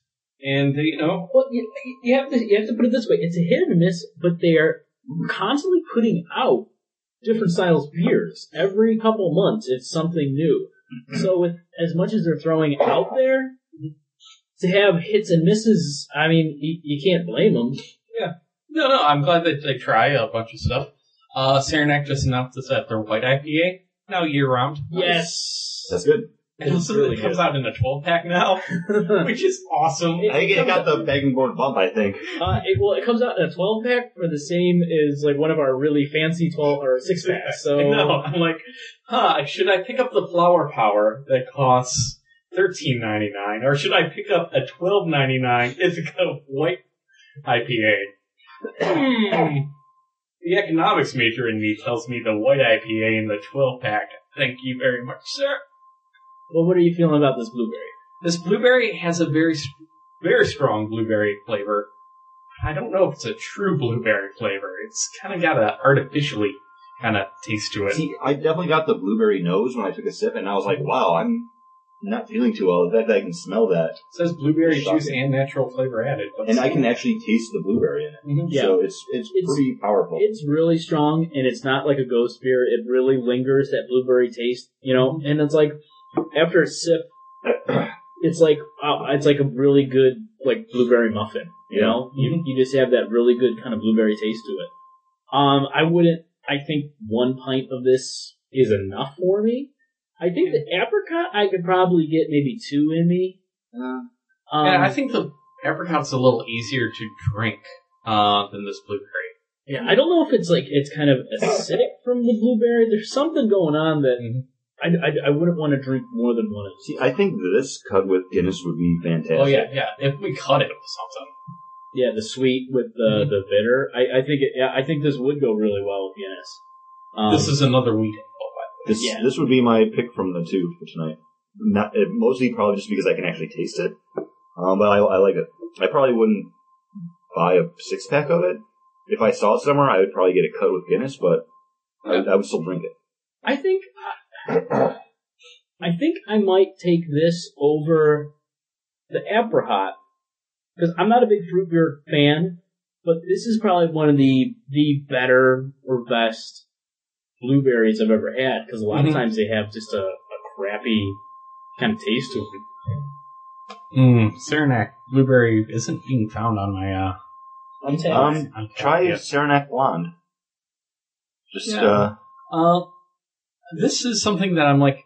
Speaker 6: and they, you know,
Speaker 2: Well, you, you have to you have to put it this way: it's a hit and miss, but they are constantly putting out different styles of beers every couple months. It's something new. So, with as much as they're throwing out there, to have hits and misses, I mean, you, you can't blame them.
Speaker 6: No, no, I'm glad that they try a bunch of stuff. Uh, Saranac just announced this at their white IPA, now year round.
Speaker 2: Yes.
Speaker 5: That's good.
Speaker 6: And also
Speaker 2: really
Speaker 6: it comes
Speaker 2: is.
Speaker 6: out in a 12 pack now, which is awesome.
Speaker 5: I think it got the begging board bump. I think.
Speaker 2: Uh, it, well, it comes out in a 12 pack for the same as like one of our really fancy 12 or 6 packs. So
Speaker 6: I know. I'm like, huh, should I pick up the flower power that costs thirteen ninety nine, or should I pick up a twelve ninety nine Ithaca White IPA? Hmm. the economics major in me tells me the white IPA in the twelve pack. Thank you very much, sir.
Speaker 2: well, what are you feeling about this blueberry?
Speaker 6: This blueberry has a very, s- very strong blueberry flavor. I don't know if it's a true blueberry flavor. It's kind of got a artificially kind of taste to it.
Speaker 5: See, I definitely got the blueberry nose when I took a sip, and I was like, "Wow, I'm not feeling too well." The fact that I can smell that,
Speaker 6: It says blueberry
Speaker 5: Shocking.
Speaker 6: juice and natural flavor added. but-
Speaker 5: and I can actually taste the blueberry in it.
Speaker 6: Mhm.
Speaker 5: So it's it's,
Speaker 2: It's-
Speaker 5: pretty powerful.
Speaker 2: It's really strong, and it's not like a ghost beer. It really lingers that blueberry taste, you know. And it's like after a sip, it's like uh, it's like a really good like blueberry muffin. You
Speaker 5: Yeah.
Speaker 2: know,
Speaker 6: Mm-hmm.
Speaker 2: you, you just have that really good kind of blueberry taste to it. Um, I wouldn't. I think one pint of this is enough for me. I think the apricot I could probably get maybe two in me. Um,
Speaker 6: yeah, I think the apricot's a little easier to drink uh, than this blueberry.
Speaker 2: Yeah, I don't know if it's like it's kind of acidic from the blueberry. There's something going on that
Speaker 6: Mhm.
Speaker 2: I, I, I wouldn't want to drink more than one of these.
Speaker 5: See, I think this cut with Guinness would be fantastic.
Speaker 6: Oh yeah, yeah. If we cut it with something,
Speaker 2: Yeah, the sweet with the
Speaker 6: Mhm.
Speaker 2: the bitter. I, I think it, yeah, I think this would go really well with Guinness. Um,
Speaker 6: this is another Oh, wheat ale.
Speaker 5: this
Speaker 2: yeah.
Speaker 5: this would be my pick from the two for tonight. Not it, mostly probably just because I can actually taste it. Um, but I, I like it. I probably wouldn't buy a six pack of it. If I saw it somewhere, I would probably get it cut with Guinness, but I, would- I would still drink it.
Speaker 2: I think I think I might take this over the apricot because I'm not a big fruit beer fan, but this is probably one of the the better or best blueberries I've ever had because a lot
Speaker 6: Mhm.
Speaker 2: Mm-hmm. of times they have just a, a crappy kind of taste to it.
Speaker 6: Mm, Saranac blueberry isn't being found on my uh.
Speaker 5: Um,
Speaker 6: on-
Speaker 5: try
Speaker 6: yeah.
Speaker 5: Saranac Blonde. Just,
Speaker 6: Yeah.
Speaker 5: uh,
Speaker 6: Uh, this is something that I'm like.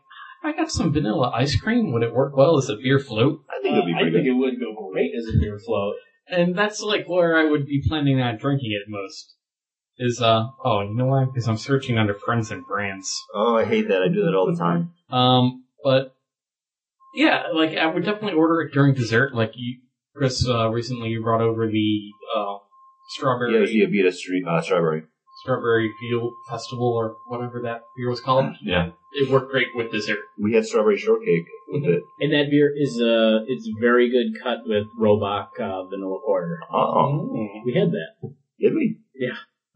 Speaker 6: I got some vanilla ice cream. Would it work well as a beer float?
Speaker 5: I think it'll be
Speaker 2: Uh,
Speaker 5: pretty
Speaker 2: I think
Speaker 5: good.
Speaker 2: it would go great as a beer float.
Speaker 6: And that's like where I would be planning on drinking it most. Is uh oh you know why? Because I'm searching under friends and brands.
Speaker 5: Oh, I hate that. I do that all the time.
Speaker 6: Um, but yeah, like I would definitely order it during dessert. Like you, Chris, uh, recently you brought over the uh,
Speaker 5: Yeah,
Speaker 6: strawberry
Speaker 5: it's the Abita stre- uh, Strawberry.
Speaker 6: strawberry field festival or whatever that beer was called.
Speaker 5: Yeah.
Speaker 6: It worked great with dessert.
Speaker 5: Um, We had strawberry shortcake with it.
Speaker 2: And that beer is uh, it's very good cut with Roebuck uh, vanilla porter.
Speaker 5: Uh-oh.
Speaker 2: We had that
Speaker 5: Did we?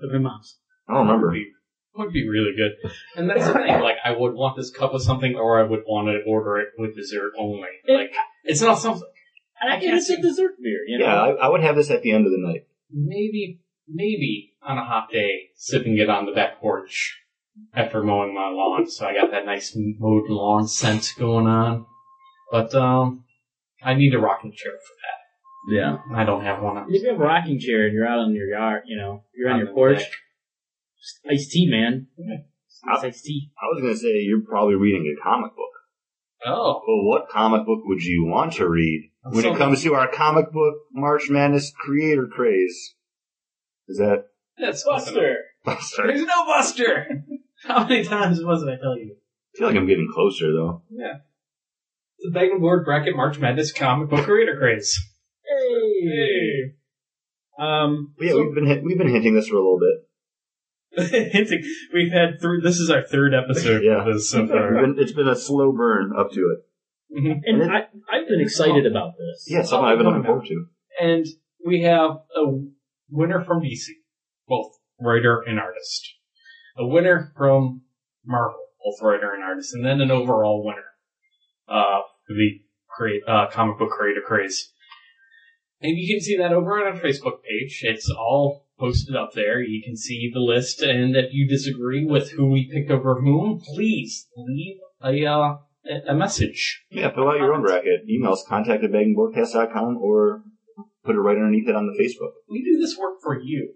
Speaker 2: at my mom's.
Speaker 5: I don't
Speaker 6: Would
Speaker 5: remember.
Speaker 6: be, would be really good. And that's the thing. Like I would want this cup with something, or I would want to order it with dessert only. Like it's not something.
Speaker 2: And
Speaker 6: I
Speaker 2: I
Speaker 6: can't
Speaker 2: it's a
Speaker 6: see-
Speaker 2: dessert beer, you know.
Speaker 5: Yeah, I, I would have this at the end of the night.
Speaker 6: maybe maybe on a hot day sipping it on the back porch after mowing my lawn so i got that nice mowed lawn scent going on but um i need a rocking chair for
Speaker 2: yeah.
Speaker 6: that i don't have one on
Speaker 2: And if you have a rocking chair and you're out on your yard, you know, you're on,
Speaker 6: On
Speaker 2: your
Speaker 6: the
Speaker 2: porch,
Speaker 6: deck.
Speaker 2: just iced tea, man.
Speaker 6: Yeah.
Speaker 2: Just iced tea.
Speaker 5: I was going to say, you're probably reading a comic book.
Speaker 6: oh
Speaker 5: Well, what comic book would you want to read when
Speaker 6: So-
Speaker 5: it comes to our comic book March Madness creator craze? Is that
Speaker 6: that's
Speaker 2: Buster!
Speaker 5: Buster? I
Speaker 6: there's no buster how many times must i tell you
Speaker 5: feel like I'm getting closer though.
Speaker 6: the bag and board bracket march madness comic book creator craze
Speaker 2: Hey!
Speaker 6: Yay.
Speaker 2: Um,
Speaker 5: But yeah, we've been hit, we've been hinting this for a little bit.
Speaker 6: It's- we've had three this is our third episode
Speaker 5: Yeah.
Speaker 6: of this so
Speaker 5: We've
Speaker 6: far
Speaker 5: been- it's been a slow burn up to it.
Speaker 6: Mhm.
Speaker 2: and
Speaker 5: And
Speaker 2: I, I've been excited about this.
Speaker 5: Yeah, something I've been looking forward to.
Speaker 6: and we have a winner from DC, both writer and artist. A winner from Marvel, both writer and artist, and then an overall winner uh, for the create, uh, comic book creator craze. And you can see that over on our Facebook page. It's all posted up there. You can see the list, and if you disagree with who we picked over whom, please leave a uh, a- a message. Uh,
Speaker 5: Yeah, fill out your own bracket. Emails contact at beggingboardcast.com or put it right underneath it on the Facebook.
Speaker 6: We do this work for you.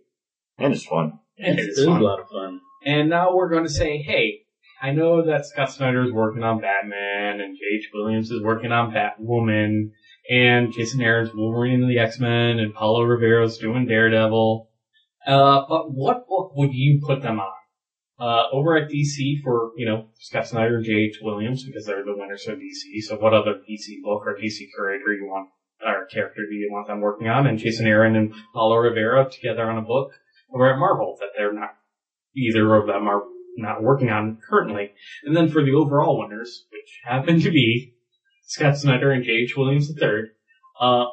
Speaker 5: And it's fun.
Speaker 6: And
Speaker 2: It's, a lot of fun.
Speaker 6: And now we're going to say, hey, I know that Scott Snyder is working on Batman, and J.H. Williams is working on Batwoman, and Jason Aaron's Wolverine and the X-Men, and Paulo Rivero's doing Daredevil. Uh, but what book would you put them on? Uh, over at DC for, you know, Scott Snyder and J.H. Williams, because they're the winners of DC, so what other DC book or DC creator you want, or character do you want them working on? And Jason Aaron and Paulo Rivero together on a book over at Marvel that they're not either of them are not working on currently. And then for the overall winners, which happen to be Scott Snyder and J.H. Williams III, uh,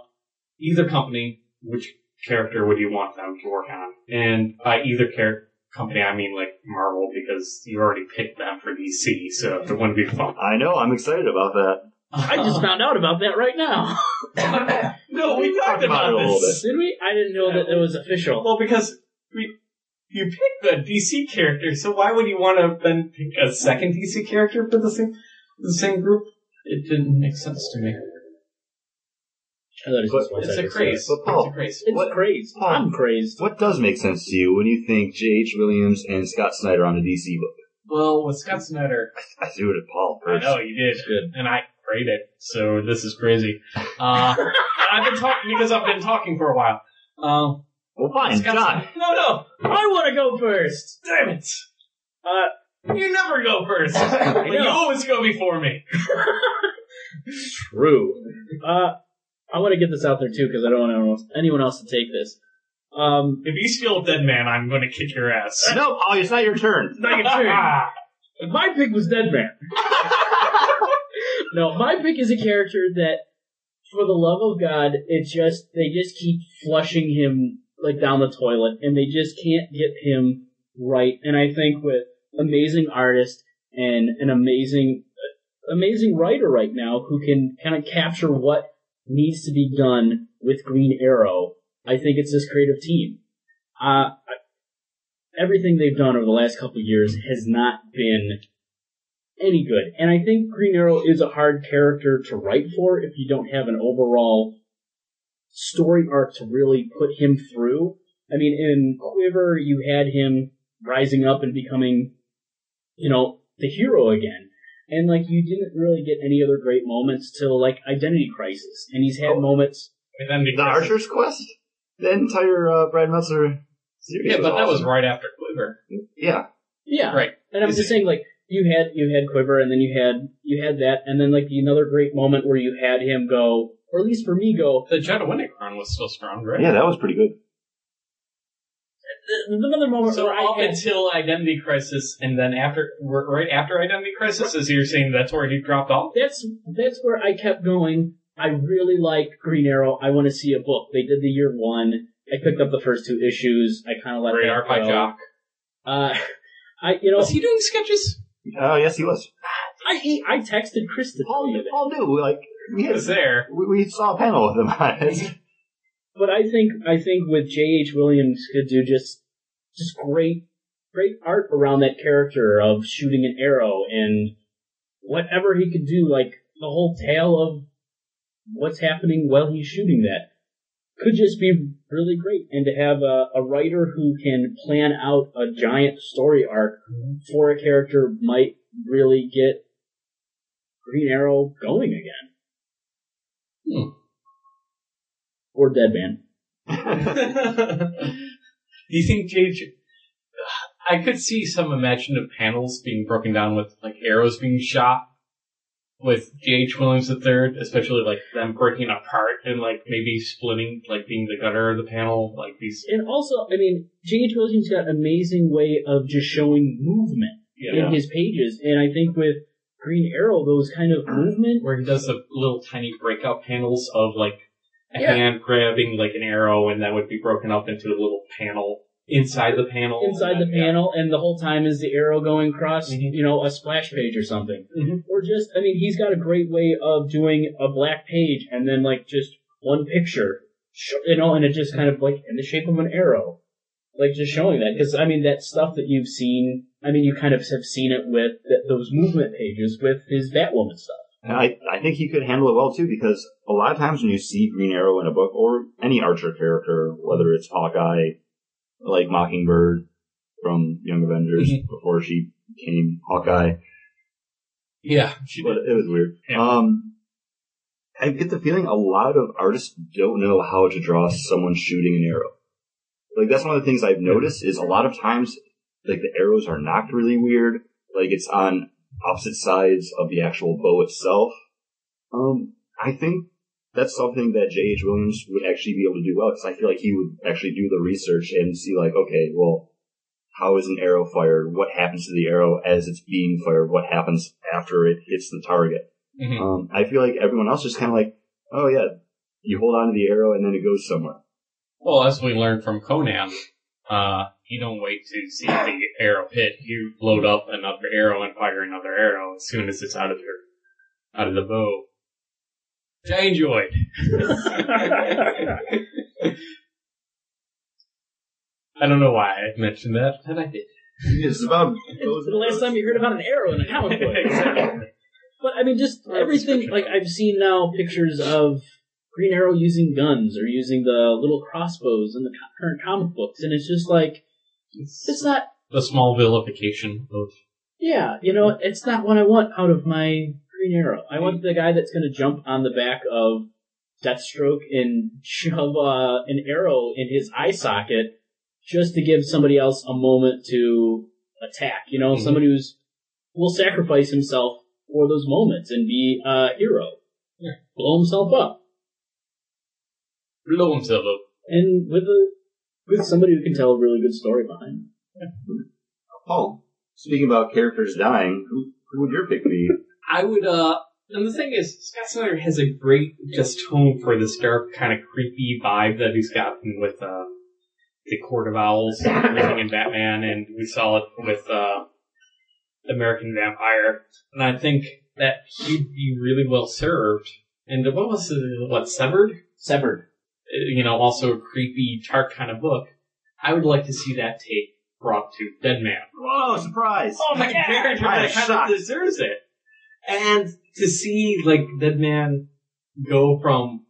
Speaker 6: either company, which character would you want them to work on? And by either char- company, I mean like Marvel, because you already picked them for DC, so it wouldn't be fun.
Speaker 5: I know, I'm excited about that.
Speaker 2: I just found out about that right now.
Speaker 6: no, we talked
Speaker 5: about it a little bit.
Speaker 2: Did we? I didn't know that it was official.
Speaker 6: Well, because we, you picked the DC character, so why would you want to then pick a second DC character for the same the same group? It didn't make sense to me.
Speaker 2: I thought it was just one
Speaker 6: It's
Speaker 2: sided
Speaker 6: a craze.
Speaker 2: stuff.
Speaker 5: But Paul-
Speaker 6: it's a craze.
Speaker 2: It's
Speaker 5: What-
Speaker 2: crazed.
Speaker 5: Paul-
Speaker 2: I'm crazed.
Speaker 5: What does make sense to you when you think J.H. Williams and Scott Snyder on a DC book?
Speaker 6: Well, with Scott Snyder,
Speaker 5: I threw it at Paul
Speaker 6: I
Speaker 5: first.
Speaker 6: know you did,
Speaker 2: Good.
Speaker 6: and I prayed it. So this is crazy. Uh, I've been talking because I've been talking for a while. Um,
Speaker 5: Well, fine,
Speaker 6: Scott
Speaker 5: John.
Speaker 6: Snyder- No, no,
Speaker 2: I want to go first.
Speaker 6: damn it! Uh, you never go first. you
Speaker 2: know.
Speaker 6: always go before me.
Speaker 2: True. Uh, I want to get this out there too because I don't want anyone else, anyone else to take this. Um,
Speaker 6: If you steal a dead man, I'm going to kick your ass.
Speaker 5: No, Paul, it's not your turn.
Speaker 2: not your turn. my pick was Dead Man. no, my pick is a character that, for the love of God, it just they just keep flushing him like down the toilet, and they just can't get him right. And I think with amazing artist and an amazing, amazing writer right now who can kind of capture what needs to be done with Green Arrow, I think it's this creative team. Uh, everything they've done over the last couple of years has not been any good. And I think Green Arrow is a hard character to write for if you don't have an overall story arc to really put him through. I mean, in Quiver, you had him rising up and becoming, you know, the hero again. And like, you didn't really get any other great moments till like Identity Crisis. And he's had
Speaker 5: Oh.
Speaker 2: moments
Speaker 6: And then
Speaker 5: The
Speaker 6: because
Speaker 5: Archer's Quest? The entire uh, Brad Meltzer series.
Speaker 6: Yeah, but that was
Speaker 5: awesome.
Speaker 6: right after Quiver.
Speaker 5: Yeah.
Speaker 2: Yeah,
Speaker 6: Right.
Speaker 2: And I'm
Speaker 6: Is
Speaker 2: just saying, like you had you had Quiver, and then you had you had that, and then like another great moment where you had him go, or at least for me go.
Speaker 6: The Jedi Winnicron was still strong, right?
Speaker 5: Yeah, that was pretty good.
Speaker 2: "Th- There's another moment
Speaker 6: So
Speaker 2: where I
Speaker 6: up
Speaker 2: had,
Speaker 6: until Identity Crisis, and then after, r- right after Identity Crisis, is you're saying that's where he dropped off?
Speaker 2: that's that's where I kept going. I really like Green Arrow. I want to see a book. They did the year one. I picked up the first two issues. I kind of let
Speaker 6: Radar
Speaker 2: that
Speaker 6: by
Speaker 2: go.
Speaker 6: Jock.
Speaker 2: Uh, I you know
Speaker 6: Was he doing sketches?
Speaker 5: Oh, yes, he was.
Speaker 2: I I texted Kristen.
Speaker 5: Paul, Paul knew. Like, we,
Speaker 6: He
Speaker 5: had,
Speaker 6: was there.
Speaker 5: we, we saw a panel with him on it.
Speaker 2: But I think I think with J.H. Williams could do just just great great art around that character of shooting an arrow and whatever he could do, like the whole tale of what's happening while he's shooting that could just be really great. And to have a, a writer who can plan out a giant story arc for a character might really get Green Arrow going again.
Speaker 6: Hmm.
Speaker 2: Or Dead Man.
Speaker 6: Do you think J.J. I could see some imaginative panels being broken down with like arrows being shot with J.H. Williams III, especially like them breaking apart and like maybe splitting, like being the gutter of the panel, like these.
Speaker 2: And also, I mean, J.H. Williams got an amazing way of just showing movement
Speaker 6: Yeah.
Speaker 2: in his pages. And I think with Green Arrow, those kind of movement,
Speaker 6: Where he does the little tiny breakout panels of like a
Speaker 2: Yeah.
Speaker 6: hand grabbing like an arrow and that would be broken up into a little panel inside the panel.
Speaker 2: inside the
Speaker 6: and, Oh, yeah.
Speaker 2: panel, and the whole time is the arrow going across,
Speaker 6: Mhm.
Speaker 2: you know, a splash page or something.
Speaker 6: Mhm.
Speaker 2: Or just, I mean, he's got a great way of doing a black page and then, like, just one picture, sh- you know, and it just kind of, like, in the shape of an arrow. Like, just showing that. Because, I mean, that stuff that you've seen, I mean, you kind of have seen it with th- those movement pages with his Batwoman stuff.
Speaker 5: And I, I think he could handle it well, too, because a lot of times when you see Green Arrow in a book, or any Archer character, whether it's Hawkeye, like Mockingbird from Young Avengers before she became Hawkeye,
Speaker 6: Yeah. She
Speaker 5: but
Speaker 6: did.
Speaker 5: it was weird.
Speaker 6: Yeah.
Speaker 5: Um, I get the feeling a lot of artists don't know how to draw someone shooting an arrow. Like that's one of the things I've noticed is a lot of times, like the arrows are knocked really weird. Like it's on opposite sides of the actual bow itself. Um, I think that's something that J.H. Williams would actually be able to do well because I feel like he would actually do the research and see like, okay, well, how is an arrow fired? What happens to the arrow as it's being fired? What happens after it hits the target?
Speaker 6: Mhm.
Speaker 5: Um, I feel like everyone else is kind of like, oh yeah, you hold on to the arrow and then it goes somewhere.
Speaker 6: Well, as we learned from Conan, uh, you don't wait to see the arrow hit. You load up another arrow and fire another arrow as soon as it's out of your out of the bow. Which I enjoyed. I don't know why I mentioned that, but I did.
Speaker 5: It's about
Speaker 2: It's the last time you heard about an arrow in a comic book. But I mean, just
Speaker 6: Or a
Speaker 2: everything.
Speaker 6: prescription.
Speaker 2: Like I've seen now pictures of Green Arrow using guns or using the little crossbows in the co- current comic books, and it's just like it's not.
Speaker 6: the small vilification of
Speaker 2: Yeah, you know, it's not what I want out of my Green Arrow. I want the guy that's going to jump on the back of Deathstroke and shove uh, an arrow in his eye socket just to give somebody else a moment to attack. You know,
Speaker 6: Mhm.
Speaker 2: somebody who's will sacrifice himself for those moments and be a hero,
Speaker 6: Yeah.
Speaker 2: blow himself up,
Speaker 6: blow himself up.
Speaker 2: and with a with somebody who can tell a really good story behind. him.
Speaker 5: Paul, speaking about characters dying, who, who would your pick be?
Speaker 6: I would, uh, and the thing is, Scott Snyder has a great just tone for this dark, kind of creepy vibe that he's gotten with, uh, the Court of Owls and everything in Batman, and we saw it with, uh, American Vampire. And I think that he'd be really well served. And what was it, what, Severed?
Speaker 2: Severed.
Speaker 6: Uh, You know, also a creepy, dark kind of book. I would like to see that take brought to Dead Man.
Speaker 5: Whoa, surprise!
Speaker 6: Oh my
Speaker 2: Yeah.
Speaker 6: character
Speaker 5: I am
Speaker 6: that kind
Speaker 5: shocked.
Speaker 6: of deserves it. And to see like Dead Man go from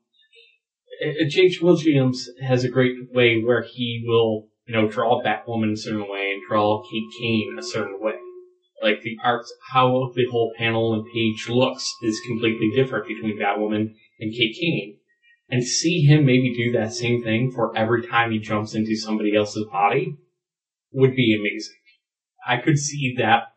Speaker 6: uh, Jake Williams has a great way where he will, you know, draw Batwoman a certain way and draw Kate Kane a certain way. Like the art, how the whole panel and page looks is completely different between Batwoman and Kate Kane. And see him maybe do that same thing for every time he jumps into somebody else's body would be amazing. I could see that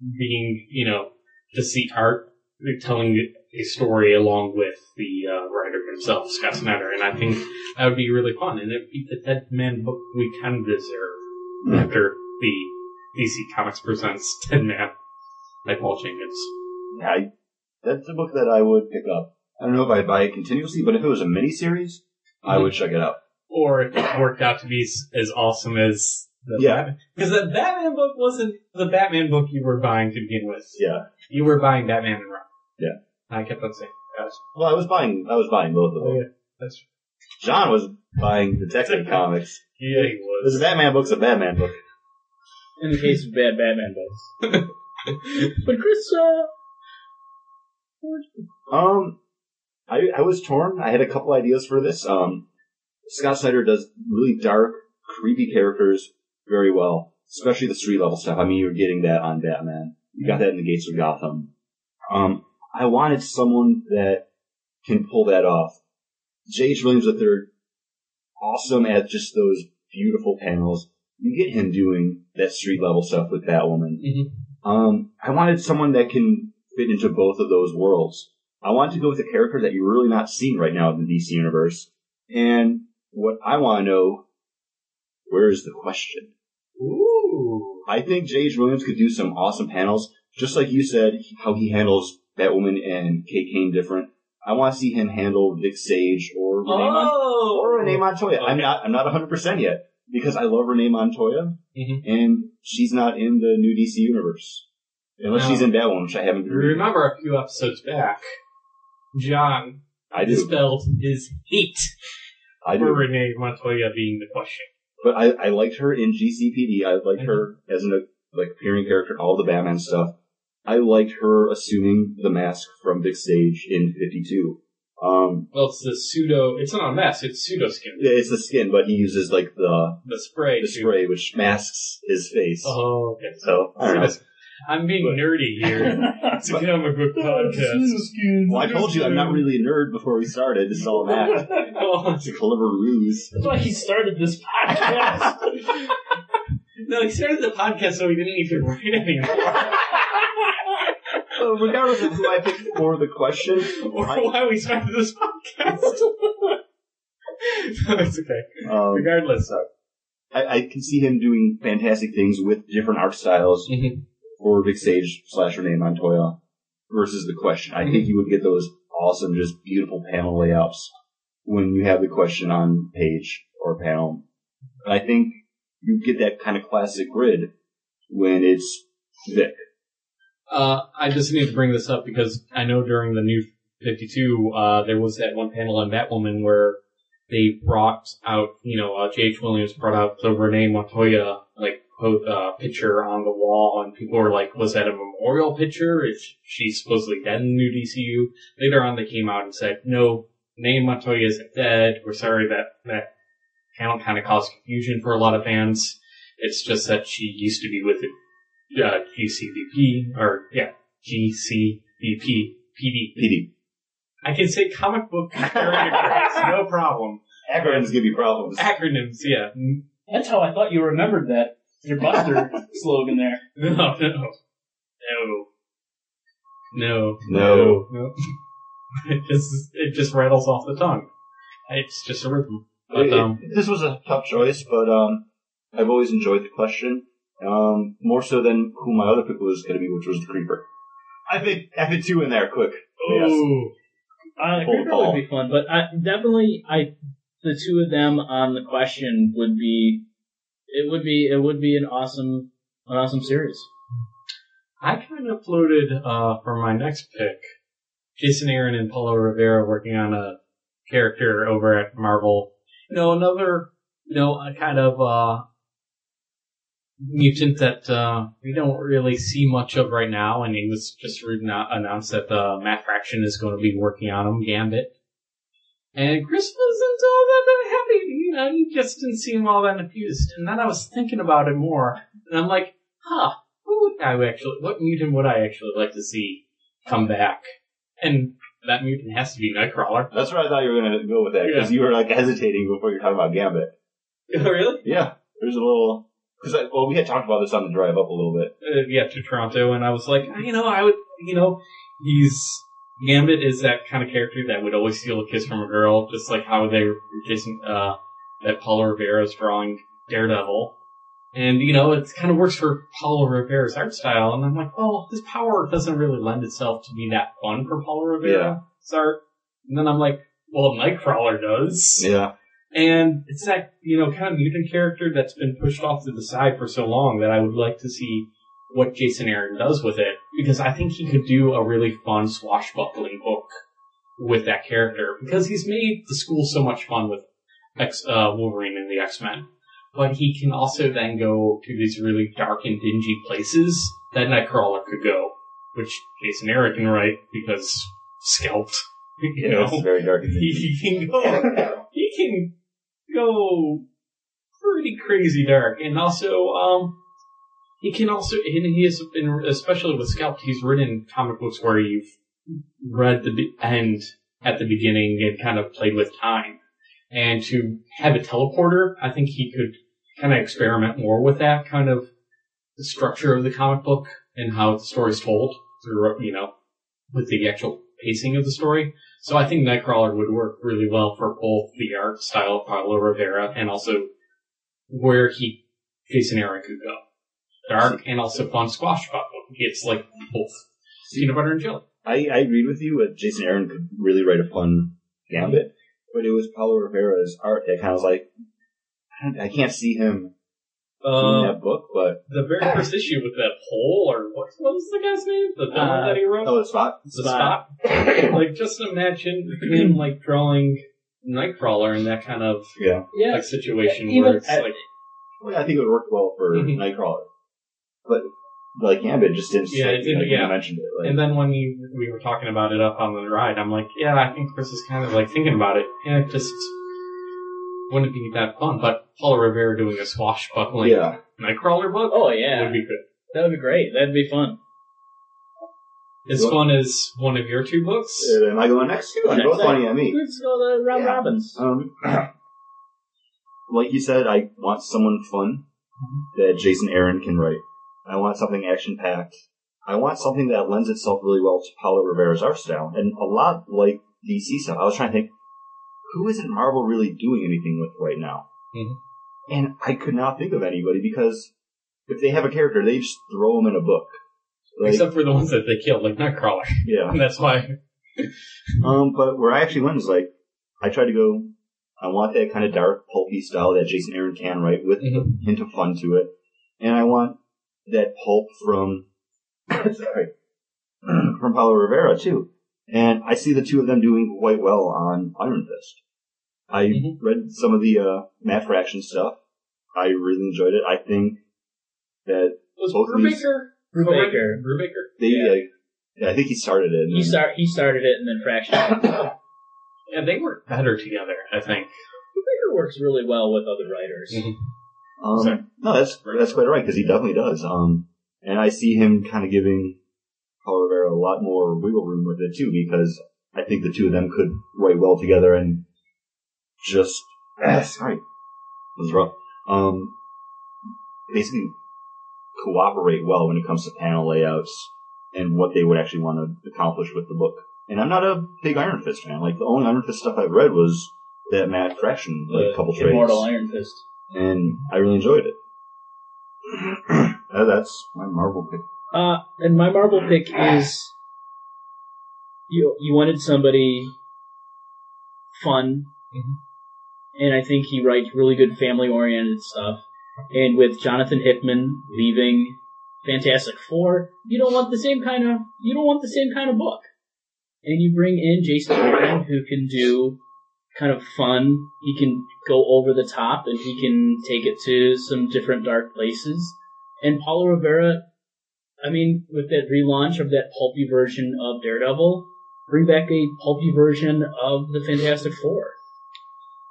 Speaker 6: being, you know, just the art telling a story along with the uh, writer himself, Scott Snyder, and I think that would be really fun. And it'd be the Dead Man book we kind of
Speaker 5: Hmm.
Speaker 6: deserve after the DC Comics presents Dead Man by Paul Jenkins.
Speaker 5: I, that's a book that I would pick up. I don't know if I'd buy it continuously, but if it was a miniseries, I would check it out.
Speaker 6: Or if it worked out to be s- as awesome as the
Speaker 5: Yeah.
Speaker 6: Because the Batman book wasn't the Batman book you were buying to begin with.
Speaker 5: Yeah.
Speaker 6: You were buying Batman and Robin.
Speaker 5: Yeah.
Speaker 6: I kept on saying, "Gosh,
Speaker 5: Well, I was buying, I was buying both of them.
Speaker 6: Oh, yeah. That's
Speaker 5: John was buying Detective Comics.
Speaker 6: yeah, he was.
Speaker 5: This Batman book's a Batman book.
Speaker 2: in the case of bad Batman books. but Chris, uh,
Speaker 5: Um, I, I was torn. I had a couple ideas for this. Um, Scott Snyder does really dark, creepy characters very well, especially the street level stuff. I mean, you're getting that on Batman. You got that in the Gates of Gotham. Um, I wanted someone that can pull that off. J.H. Williams III, awesome at just those beautiful panels. You get him doing that street level stuff with Batwoman.
Speaker 6: Mhm.
Speaker 5: Um, I wanted someone that can fit into both of those worlds. I wanted to go with a character that you're really not seeing right now in the DC universe. And what I want to know, where is the question?
Speaker 6: Ooh.
Speaker 5: I think J.H. Williams could do some awesome panels, just like you said, how he handles Batwoman and Kate Kane different. I want to see him handle Vic Sage or Renee, Mon-
Speaker 6: Oh.
Speaker 5: or Renee Montoya. I'm
Speaker 6: Okay.
Speaker 5: not, I'm not 100% yet, because I love Renee Montoya,
Speaker 6: Mhm.
Speaker 5: and she's not in the new DC universe. Unless
Speaker 6: No.
Speaker 5: she's in Batwoman, which I haven't read.
Speaker 6: Remember a few episodes back, John
Speaker 5: I do.
Speaker 6: dispelled his hate
Speaker 5: I do.
Speaker 6: for Renee Montoya being the question.
Speaker 5: But I, I liked her in GCPD. I liked her as an like appearing character, in all the Batman stuff. I liked her assuming the mask from Big Stage in 52. Um,
Speaker 6: Well, it's the pseudo. It's not a mess. It's pseudo skin.
Speaker 5: yeah, it's the skin, but he uses like the,
Speaker 6: The spray.
Speaker 5: the
Speaker 6: to-
Speaker 5: spray, which masks his face.
Speaker 6: Oh, okay.
Speaker 5: So, I don't know.
Speaker 6: I'm being nerdy here. It's a comic book
Speaker 2: Oh,
Speaker 6: podcast.
Speaker 5: Well, I told you I'm not really a nerd before we started. This is all an act.
Speaker 6: Oh,
Speaker 5: It's a clever ruse.
Speaker 2: that's why he started this podcast.
Speaker 6: no, he started the podcast so he didn't need to write anymore.
Speaker 5: So regardless of who I picked for the question,
Speaker 6: or
Speaker 5: I-
Speaker 6: why we started this podcast. no, it's okay.
Speaker 5: um,
Speaker 6: Regardless.
Speaker 5: I, I can see him doing fantastic things with different art styles
Speaker 6: Mhm.
Speaker 5: for Vic Sage slash Renee Montoya versus the question. I think you would get those awesome, just beautiful panel layouts when you have the question on page or panel. And I think you get that kind of classic grid when it's Vic.
Speaker 6: Uh, I just need to bring this up because I know during the new 52, uh, there was that one panel on Batwoman where they brought out, you know, uh, J.H. Williams brought out the Renee Montoya, like, po- uh, picture on the wall, and people were like, was that a memorial picture? If she's supposedly dead in the new DCU. Later on, they came out and said, no, Renee Montoya isn't dead. We're sorry that that panel kind of caused confusion for a lot of fans. It's just that she used to be with the uh, GCVP, or, yeah, GCVP, PD.
Speaker 5: PD.
Speaker 6: I can say comic book characters, no problem.
Speaker 5: Acronyms give you problems.
Speaker 6: Acronyms, yeah.
Speaker 2: That's how I thought you remembered that. Your Buster slogan there.
Speaker 6: No, no. No. No.
Speaker 5: No.
Speaker 6: No. it just, it just rattles off the tongue. It's just a rhythm. But, um,
Speaker 5: It- it- this was a tough choice, but um, I've always enjoyed the question. Um, more so than who my other pick was going to be, which was the Creeper. I think I fit two in there, quick. Yes.
Speaker 6: ooh.
Speaker 2: Uh,
Speaker 5: Full
Speaker 2: Creeper
Speaker 5: ball.
Speaker 2: would be fun, but I, definitely, I the two of them on the question would be, it would be, it would be an awesome, an awesome series.
Speaker 6: I kind of floated, uh, for my next pick, Jason Aaron and Paulo Rivera working on a character over at Marvel. You know, another, you know, a kind of, uh, mutant that uh, we don't really see much of right now, and he was just re- anno- announced that uh, Matt Fraction is going to be working on him, Gambit. And Chris wasn't all that happy, you know, he just didn't seem all that enthused. And then I was thinking about it more, and I'm like, huh, who would I actually, what mutant would I actually like to see come back? And that mutant has to be Nightcrawler.
Speaker 5: That's where I thought you were going to go with that because you were like hesitating before you were talking about Gambit.
Speaker 6: really?
Speaker 5: Yeah, there's a little because well, we had talked about this on the drive up a little bit.
Speaker 6: uh, yeah, to Toronto, and I was like, you know, I would, you know, he's Gambit is that kind of character that would always steal a kiss from a girl, just like how they Jason uh, that Paula Rivera's drawing Daredevil, and you know, it kind of works for Paula Rivera's art style, and I'm like, well, this power doesn't really lend itself to be that fun for Paula Rivera's art, and then I'm like, well, Nightcrawler does.
Speaker 5: Yeah,
Speaker 6: And it's that, you know, kind of mutant character that's been pushed off to the side for so long that I would like to see what Jason Aaron does with it. Because I think he could do a really fun swashbuckling book with that character. Because he's made the school so much fun with X, uh, Wolverine and the X-Men. But he can also then go to these really dark and dingy places that Nightcrawler could go. Which Jason Aaron can write because scalped, you know
Speaker 5: it's very dark. and dingy.
Speaker 6: he he can go he can go pretty crazy dark and also um he can also and he has been especially with scalped he's written comic books where you've read the be- end at the beginning and kind of played with time and to have a teleporter i think he could kind of experiment more with that kind of the structure of the comic book and how the story's told through you know with the actual pacing of the story so I think Nightcrawler would work really well for both the art style of Pablo Rivera and also where he Jason Aaron could go. Dark and also fun squash buckle. It's like both peanut butter and jelly.
Speaker 5: I, I agreed with you. uh, Jason Aaron could really write a fun gambit, but it was Paulo Rivera's art that kind of was like I, don't, I can't see him in
Speaker 6: Uh,
Speaker 5: that book, but
Speaker 6: the very first issue with that pole, or what, what was the guy's name? The, the one
Speaker 2: Uh,
Speaker 6: that he wrote?
Speaker 5: oh, the spot.
Speaker 6: the spot. like, just imagine him, like, drawing Nightcrawler in that kind of,
Speaker 5: Yeah,
Speaker 2: Yeah,
Speaker 6: like, situation
Speaker 2: Even
Speaker 6: where it's
Speaker 5: at-
Speaker 6: like,
Speaker 5: Well, I think it would work well for
Speaker 6: Mhm.
Speaker 5: Nightcrawler, but like gambit just didn't. stick,
Speaker 6: Yeah, it didn't-
Speaker 5: like, you
Speaker 6: yeah.
Speaker 5: mentioned it. Like,
Speaker 6: And then when you, we were talking about it up on the ride, I'm like, yeah, I think Chris is kind of like thinking about it, and it just wouldn't be that fun. But Paula Rivera doing a swashbuckling
Speaker 5: yeah.
Speaker 6: Nightcrawler book
Speaker 2: Oh
Speaker 6: would
Speaker 2: yeah,
Speaker 6: be good.
Speaker 2: that would be great. That'd be fun.
Speaker 6: As
Speaker 5: Well-
Speaker 6: fun as one of your two books.
Speaker 5: Uh, am I going next? You're
Speaker 2: Next oh,
Speaker 5: both
Speaker 2: up.
Speaker 5: funny at me.
Speaker 2: Let's go to Rob
Speaker 5: Yeah.
Speaker 2: Robbins.
Speaker 5: Um, like you said, I want someone fun that Jason Aaron can write. I want something action packed. I want something that lends itself really well to Paulo Rivera's art style, and a lot like DC stuff. I was trying to think, who isn't Marvel really doing anything with right now?
Speaker 6: Mhm.
Speaker 5: And I could not think of anybody because if they have a character, they just throw them in a book. Like,
Speaker 6: Except for the ones that they killed, like Nightcrawler.
Speaker 5: yeah.
Speaker 6: And that's why.
Speaker 5: Um, but where I actually went is like, I tried to go, I want that kind of dark, pulpy style that Jason Aaron can write with
Speaker 6: Mhm.
Speaker 5: a
Speaker 2: Mm-hmm.
Speaker 5: hint of fun to it. And I want that pulp from, sorry, from Paulo Rivera too. And I see the two of them doing quite well on Iron Fist. I
Speaker 2: Mm-hmm.
Speaker 6: Mhm.
Speaker 5: read some of the, uh, Matt Fraction stuff. I really enjoyed it. I think that
Speaker 6: Was
Speaker 5: Both of these-
Speaker 6: Brubaker?
Speaker 2: Brubaker.
Speaker 6: Brubaker?
Speaker 5: they,
Speaker 2: Yeah.
Speaker 5: like, yeah, I think he started it. and
Speaker 2: He
Speaker 5: then-
Speaker 2: start he started it and then fractioned. it.
Speaker 6: Yeah, they work better together, I think.
Speaker 2: Brubaker works really well with other writers.
Speaker 5: Mm-hmm.
Speaker 6: Mhm.
Speaker 5: Um,
Speaker 6: Sorry.
Speaker 5: No, that's that's quite right because he definitely does. Um, and I see him kind of giving Paul Rivera a lot more wiggle room with it too because I think the two of them could write well together and just sorry, it was rough. Um, basically cooperate well when it comes to panel layouts and what they would actually want to accomplish with the book. And I'm not a big Iron Fist fan. Like the only Iron Fist stuff I've read was that Matt Fraction, like
Speaker 2: The
Speaker 5: a couple trades
Speaker 2: Immortal Iron Fist.
Speaker 5: and I really enjoyed it. Uh, that's my Marvel pick.
Speaker 2: Uh, and my marble pick is you. You wanted somebody fun, and I think he writes really good family-oriented stuff. And with Jonathan Hickman leaving Fantastic Four, you don't want the same kind of you don't want the same kind of book. And you bring in Jason Aaron, who can do kind of fun. He can go over the top, and he can take it to some different dark places. And Paulo Rivera, I mean, with that relaunch of that pulpy version of Daredevil, bring back a pulpy version of the Fantastic Four.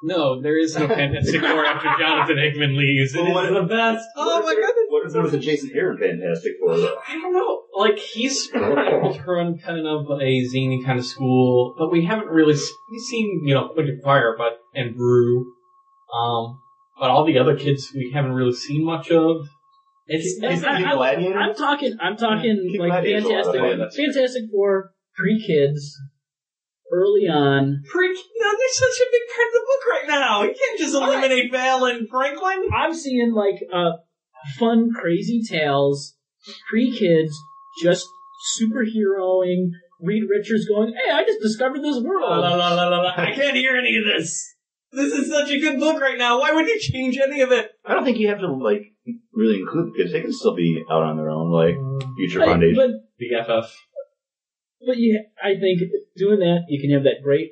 Speaker 6: No, there is no Fantastic Four after Jonathan Eggman leaves. It
Speaker 5: Well, what-
Speaker 6: is the best. Oh my
Speaker 5: What if there-
Speaker 6: goodness.
Speaker 5: What if there was a Jason Aaron Fantastic uh, Four though?
Speaker 6: I don't know. Like he's able to run kind of a zany kind of school, but we haven't really s- we've seen you know Quick Fire, but and Brew, um, but all the other kids we haven't really seen much of. It's,
Speaker 5: Keep-
Speaker 6: it's
Speaker 5: keep Gladiator?
Speaker 2: I'm talking, I'm talking
Speaker 5: Keep
Speaker 2: like
Speaker 5: Gladiator out of
Speaker 2: Fantastic,
Speaker 5: it. Yeah, that's fair.
Speaker 2: Fantastic Four pre-kids, early on.
Speaker 6: pre. No, they're such a big part of the book right now. You can't just eliminate Val and Franklin.
Speaker 2: I'm seeing like uh, fun, crazy tales, pre kids, just superheroing. Reed Richards going, "Hey, I just discovered this world."
Speaker 6: La, la, la, la, la, la. I can't hear any of this. This is such a good book right now. Why would you change any of it?
Speaker 5: I don't think you have to like really include the kids. They can still be out on their own, like Future
Speaker 2: Like,
Speaker 5: Foundation.
Speaker 2: but
Speaker 6: The FF.
Speaker 2: but you, I think doing that, you can have that great,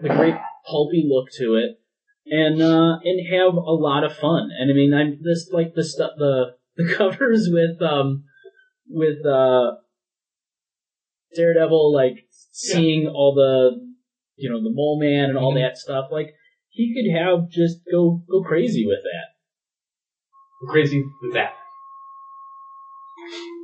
Speaker 2: the great pulpy look to it, and uh, and have a lot of fun. And I mean, I'm this like the stuff the the covers with um with uh Daredevil like seeing all the you know the Mole Man and all
Speaker 6: Mm-hmm.
Speaker 2: that stuff. Like he could have just go go crazy with that.
Speaker 6: crazy with that.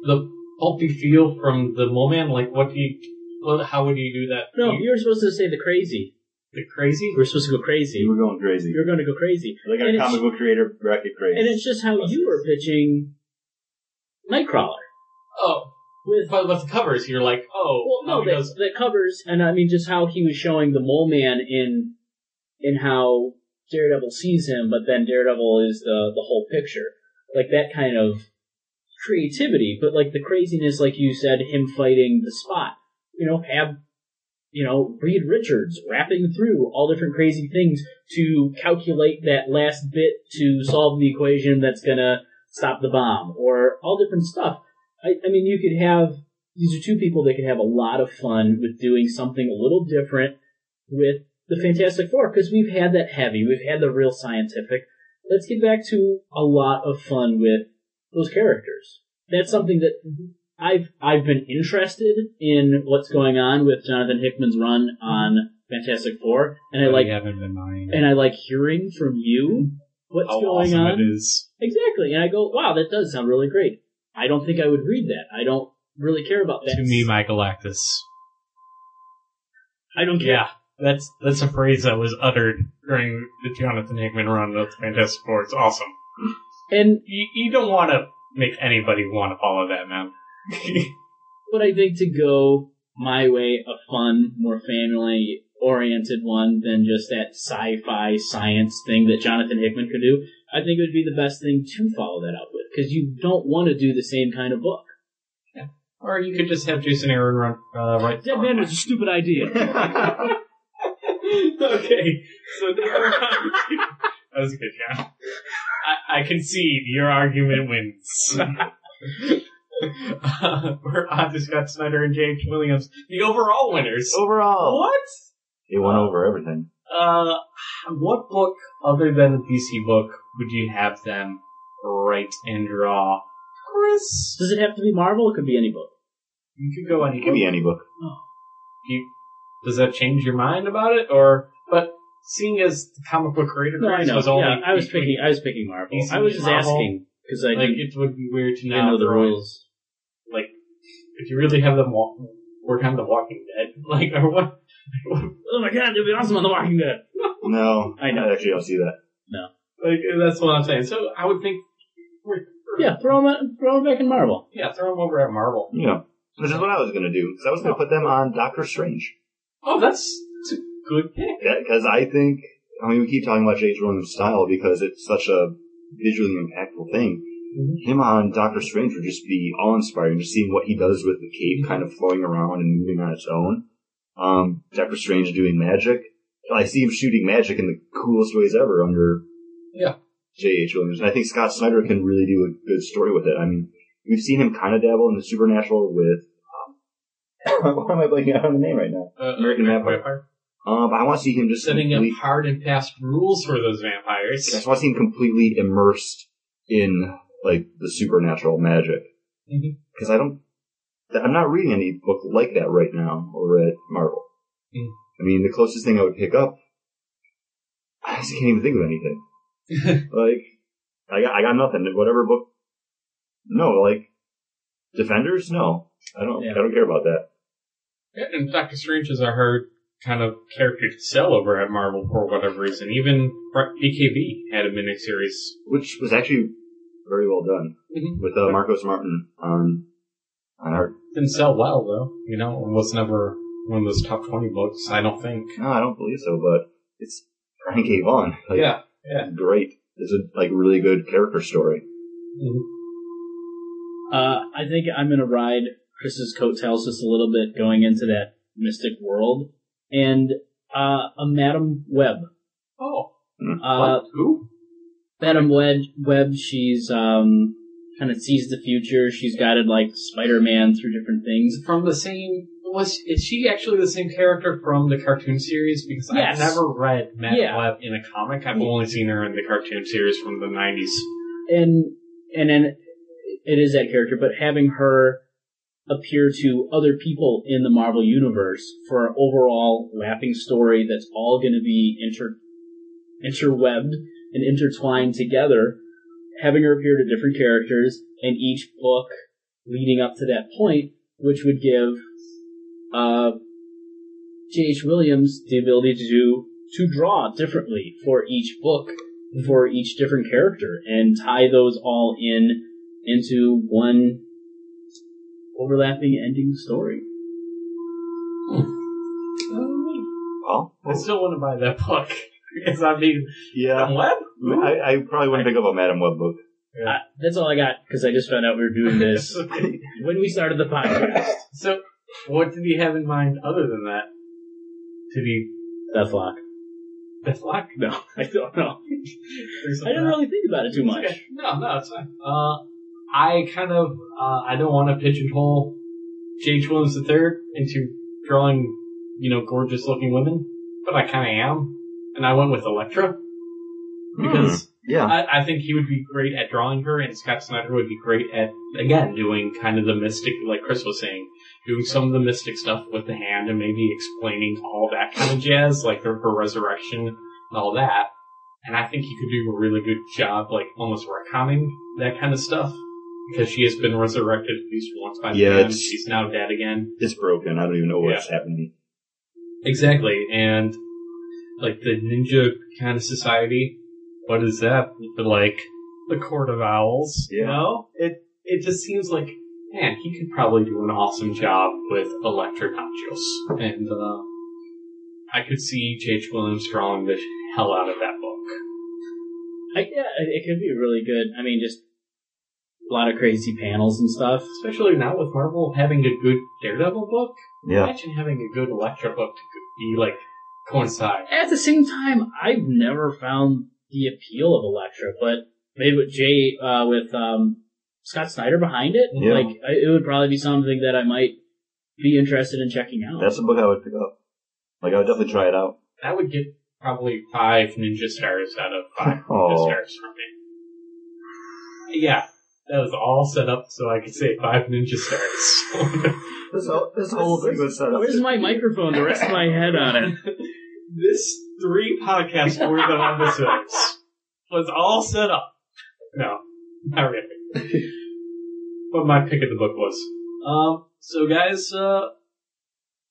Speaker 6: The pulpy feel from the Mole Man, like what do you, what, how would you do that?
Speaker 2: No,
Speaker 6: You-
Speaker 2: you were supposed to say the crazy.
Speaker 6: Mm-hmm. the crazy? Mm-hmm.
Speaker 2: You were supposed to go crazy.
Speaker 5: You were going crazy.
Speaker 2: You're going to go crazy.
Speaker 5: Like
Speaker 2: And
Speaker 5: a
Speaker 2: it's-
Speaker 5: comic book creator bracket crazy.
Speaker 2: And it's just how you were pitching Nightcrawler
Speaker 6: Oh,
Speaker 2: with
Speaker 6: but with the covers, you're like, oh,
Speaker 2: well, no,
Speaker 6: how he
Speaker 2: that,
Speaker 6: does-
Speaker 2: that covers, and I mean just how he was showing the mole man in in how Daredevil sees him, but then Daredevil is the the whole picture, like that kind of creativity, but like the craziness, like you said, him fighting the spot, you know, have. You know, Reed Richards rapping through all different crazy things to calculate that last bit to solve the equation that's gonna stop the bomb, or all different stuff. I, I mean, you could have these are two people that can have a lot of fun with doing something a little different with the Fantastic Four because we've had that heavy, we've had the real scientific. Let's get back to a lot of fun with those characters. That's something that I've I've been interested in what's going on with Jonathan Hickman's run on Fantastic Four,
Speaker 6: Oh,
Speaker 2: and I like
Speaker 6: haven't been mine.
Speaker 2: and I like hearing from you what's
Speaker 6: how
Speaker 2: going
Speaker 6: awesome
Speaker 2: on.
Speaker 6: it is.
Speaker 2: Exactly. And I go, wow, that does sound really great. I don't think I would read that. I don't really care about that.
Speaker 6: To me, my Galactus.
Speaker 2: I don't care.
Speaker 6: Yeah, that's that's a phrase that was uttered during the Jonathan Hickman run of Fantastic Four. It's awesome.
Speaker 2: And
Speaker 6: You, you don't want to make anybody want to follow that, man.
Speaker 2: but I think to go my way, a fun, more family oriented one than just that sci fi science thing that Jonathan Hickman could do, I think it would be the best thing to follow that up with because you don't want to do the same kind of book.
Speaker 6: Or you could just have Jason Aaron run uh, right.
Speaker 2: Dead Man was a stupid idea.
Speaker 6: okay, so there. that was a good John. I, I concede your argument wins. uh, we're on to Scott Snyder and James Williams, the overall winners.
Speaker 5: Overall,
Speaker 6: What?
Speaker 5: it went over everything.
Speaker 6: Uh, what book other than a DC book would you have them write and draw? Chris,
Speaker 2: Does it have to be Marvel? It could be any book.
Speaker 6: you could go any.
Speaker 5: It could be any book.
Speaker 6: you, does that change your mind about it? Or, but seeing as the comic book creator
Speaker 2: No, I
Speaker 6: Chris
Speaker 2: know.
Speaker 6: was only,
Speaker 2: yeah, I was picking. I was picking Marvel.
Speaker 6: DC
Speaker 2: I was just
Speaker 6: Marvel.
Speaker 2: asking because I
Speaker 6: like
Speaker 2: didn't
Speaker 6: it would be weird to
Speaker 2: you
Speaker 6: now
Speaker 2: know the
Speaker 6: throw-
Speaker 2: rules.
Speaker 6: Like, if you really have them walk, work on The Walking Dead, like, or what?
Speaker 2: Oh my god, that'd be awesome on The Walking Dead.
Speaker 5: No,
Speaker 2: I know.
Speaker 5: Actually, I don't see that.
Speaker 6: Like, that's what I'm saying. So I would think,
Speaker 2: Yeah, throw them, throw them back in Marvel.
Speaker 6: yeah, throw them over at Marvel.
Speaker 5: You know, this is what I was gonna do because I was gonna put them on Doctor Strange
Speaker 6: Oh, that's, that's a good pick.
Speaker 5: because I think I mean we keep talking about James Williams' style because it's such a visually impactful thing. Him on Doctor Strange would just be awe inspiring, just seeing what he does with the cape kind of flowing around and moving on its own. Um, Doctor Strange doing magic. I see him shooting magic in the coolest ways ever under
Speaker 6: Yeah.
Speaker 5: J.H. Williams. And I think Scott Snyder can really do a good story with it. I mean, we've seen him kind of dabble in the supernatural with. Um, why am I blanking out on the name right now?
Speaker 6: Uh,
Speaker 5: American
Speaker 2: Mm-hmm.
Speaker 5: Vampire. Um, but I want to see him just
Speaker 6: Setting up
Speaker 5: completely-
Speaker 6: hard and fast rules for those vampires.
Speaker 5: I just want to see him completely immersed in like the supernatural magic.
Speaker 6: Mhm.
Speaker 5: Because I don't, th- I'm not reading any book like that right now over at Marvel.
Speaker 6: Mm.
Speaker 5: I mean, the closest thing I would pick up, I just can't even think of anything. like, I got, I got nothing. Whatever book, no, like, Defenders, no, I don't,
Speaker 2: Yeah.
Speaker 5: I don't care about that.
Speaker 6: Yeah, and Doctor Strange is her kind of character to sell over at Marvel for whatever reason. Even AKB had a miniseries.
Speaker 5: which was actually very well done
Speaker 6: Mhm.
Speaker 5: with uh, Marcos Martin on on art.
Speaker 6: Didn't sell well though, you know, and was never one of those top twenty books, I don't think.
Speaker 5: No, I don't believe so, but it's Brian K. Vaughan. Like,
Speaker 6: yeah.
Speaker 5: great. It's a like really good character story.
Speaker 2: Uh, I think I'm gonna ride Chris's coattails just a little bit going into that mystic world, and uh, a Madam Web.
Speaker 6: Oh.
Speaker 2: Uh,
Speaker 6: what? Who?
Speaker 2: Madam Web, Web, she's um, kind of sees the future. She's guided like Spider-Man through different things.
Speaker 6: Is from the same was is she actually the same character from the cartoon series? Because
Speaker 2: Yes.
Speaker 6: I've never read Matt
Speaker 2: Yeah.
Speaker 6: Webb in a comic. I've
Speaker 2: Yeah.
Speaker 6: only seen her in the cartoon series from the nineties.
Speaker 2: and and then it is that character, but having her appear to other people in the Marvel universe for an overall wrapping story that's all going to be inter interwebbed and intertwined together, having her appear to different characters in each book leading up to that point, which would give uh, J.H. Williams the ability to do to draw differently for each book for each different character and tie those all in into one overlapping ending story.
Speaker 5: Well,
Speaker 6: I still want to buy that book. Because I mean,
Speaker 5: yeah,
Speaker 6: what?
Speaker 5: I, I probably wouldn't pick up a Madam Web book.
Speaker 2: I, that's all I got because I just found out we were doing this when we started the podcast.
Speaker 6: So, what did he have in mind other than that? Did he
Speaker 2: Deathlock.
Speaker 6: dislike?
Speaker 2: No, I don't know. I didn't really think about it too much.
Speaker 6: No, no, it's fine. Uh, I kind of uh, I don't want to pigeonhole J.H. Williams III into drawing, you know, gorgeous looking women, but I kind of am, and I went with Elektra
Speaker 2: Hmm.
Speaker 6: because.
Speaker 5: Yeah,
Speaker 6: I, I think he would be great at drawing her, and Scott Snyder would be great at again doing kind of the mystic, like Chris was saying, doing some of the mystic stuff with the hand, and maybe explaining all that kind of jazz, like the, her resurrection and all that. And I think he could do a really good job, like almost retconning that kind of stuff, because she has been resurrected at least once by the
Speaker 5: Yeah,
Speaker 6: hand.
Speaker 5: it's-
Speaker 6: She's now dead again.
Speaker 5: it's broken. I don't even know what's happening.
Speaker 6: Exactly, and like the ninja kind of society, what is that? Like the court of owls, you
Speaker 5: Yeah.
Speaker 6: know? It it just seems like man, he could probably do an awesome job with electric nodules, and uh, I could see J.H. Williams drawing the hell out of that book.
Speaker 2: I, yeah, it it could be really good. I mean, just a lot of crazy panels and stuff.
Speaker 6: Especially now with Marvel having a good Daredevil book,
Speaker 5: Yeah,
Speaker 6: imagine having a good Electra book to be like coincide.
Speaker 2: At the same time, I've never found the appeal of Elektra, but maybe with Jay, uh, with um, Scott Snyder behind it,
Speaker 5: Yeah.
Speaker 2: like I, it would probably be something that I might be interested in checking out.
Speaker 5: that's a book I would pick up. Like I would definitely try it out.
Speaker 6: That would get probably five ninja stars out of five ninja
Speaker 5: Oh.
Speaker 6: stars from me. Yeah, that was all set up so I could say five ninja stars.
Speaker 5: This whole, this whole thing was set up.
Speaker 2: Where's my microphone to rest my head on it?
Speaker 6: this three podcasts worth of episodes was all set up. No, not really. but my pick of the book was. Um, so guys, uh,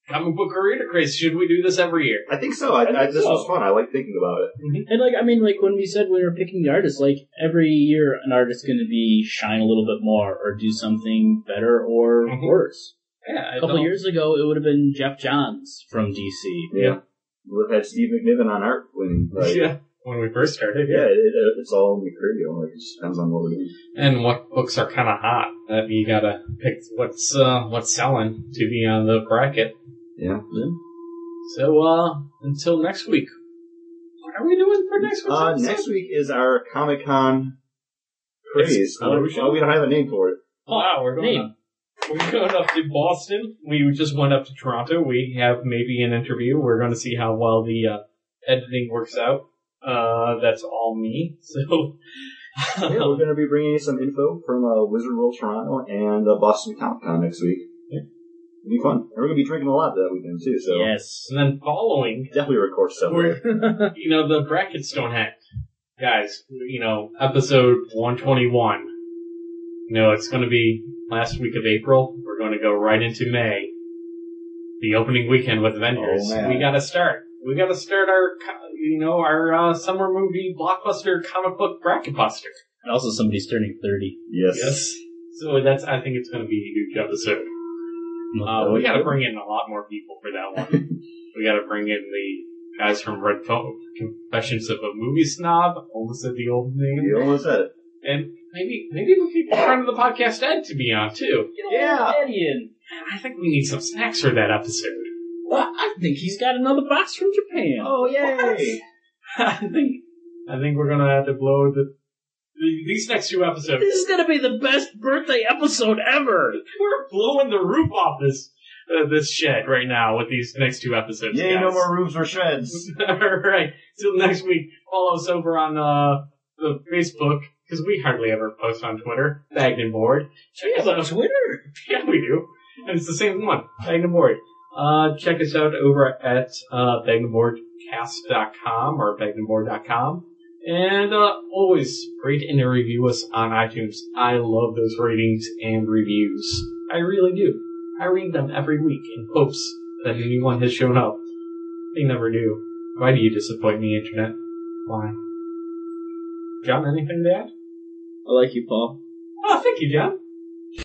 Speaker 6: comic book reader craze. Should we do this every year?
Speaker 5: I think so. I, I, this was fun. I like thinking about it.
Speaker 2: And like, I mean, like when we said we were picking the artist, like every year an artist's going to be shine a little bit more or do something better or
Speaker 5: Mm-hmm.
Speaker 6: Mhm.
Speaker 2: worse.
Speaker 6: Yeah,
Speaker 2: A couple years ago, it would have been Jeff Johns from DC.
Speaker 5: Yeah, we've had Steve McNiven on art when like,
Speaker 6: Yeah, when we first started.
Speaker 5: Yeah, it, it, it's all in the radio. Like, it just depends on what we're doing.
Speaker 6: and what books are kind of hot. That you gotta pick what's uh, what's selling to be on the bracket.
Speaker 5: Yeah.
Speaker 6: So uh, until next week, what are we doing for next week's
Speaker 5: Uh,
Speaker 6: episode?
Speaker 5: next week is our Comic Con craze.
Speaker 6: Explosion.
Speaker 5: Oh, we should- oh, we don't have a name for it.
Speaker 6: wow, we're going
Speaker 2: Name.
Speaker 6: up. We're going up to Boston. We just went up to Toronto. We have maybe an interview. We're going to see how well the uh, editing works out. Uh, that's all me. So
Speaker 5: yeah, we're going to be bringing you some info from uh, Wizard World Toronto and uh, Boston Comic Con next week. It'll be fun. And we're going to be drinking a lot that weekend, too, so
Speaker 2: Yes.
Speaker 6: And then following,
Speaker 5: definitely record somewhere.
Speaker 2: We're-
Speaker 6: you know, the brackets don't end. Guys, you know, episode 121. You know, it's going to be last week of April. We're going to go right into May. The opening weekend with Avengers.
Speaker 5: Oh, man.
Speaker 6: we got to start. We got to start our, co- you know, our uh, summer movie blockbuster comic book bracket buster.
Speaker 2: and also, somebody's turning 30.
Speaker 5: Yes.
Speaker 6: So that's, I think it's going to be a huge episode. Uh, we got to bring in a lot more people for that one. we got to bring in the guys from Red Phone, Confessions of a Movie Snob, almost said the old name,
Speaker 5: You almost said it.
Speaker 6: and maybe maybe we could get a friend of the podcast Ed to be on too.
Speaker 2: Get old
Speaker 5: Yeah.
Speaker 2: Eddie in.
Speaker 6: Man, I think we need some snacks for that episode.
Speaker 2: Well, I think he's got another box from Japan.
Speaker 5: Oh, yay!
Speaker 6: I think I think we're gonna have to blow the, the these next two episodes.
Speaker 2: This is gonna be the best birthday episode ever.
Speaker 6: We're blowing the roof off this uh, this shed right now with these next two episodes.
Speaker 5: Yay,
Speaker 6: guys.
Speaker 5: no more roofs or sheds.
Speaker 6: Alright, till next week, follow us over on uh, the Facebook, because we hardly ever post on Twitter, Bagged and Board. Check us out.
Speaker 2: Twitter.
Speaker 6: Yeah, we do. And it's the same one, Bagged and Board. Uh, check us out over at uh, baggedandboardcast.com or baggedandboard.com. And uh, always rate and review us on iTunes. I love those ratings and reviews. I really do. I read them every week in hopes that a new one has shown up. They never do. Why do you disappoint me, Internet? Why? John, anything to add?
Speaker 2: I like you, Paul.
Speaker 6: Oh, thank you, John.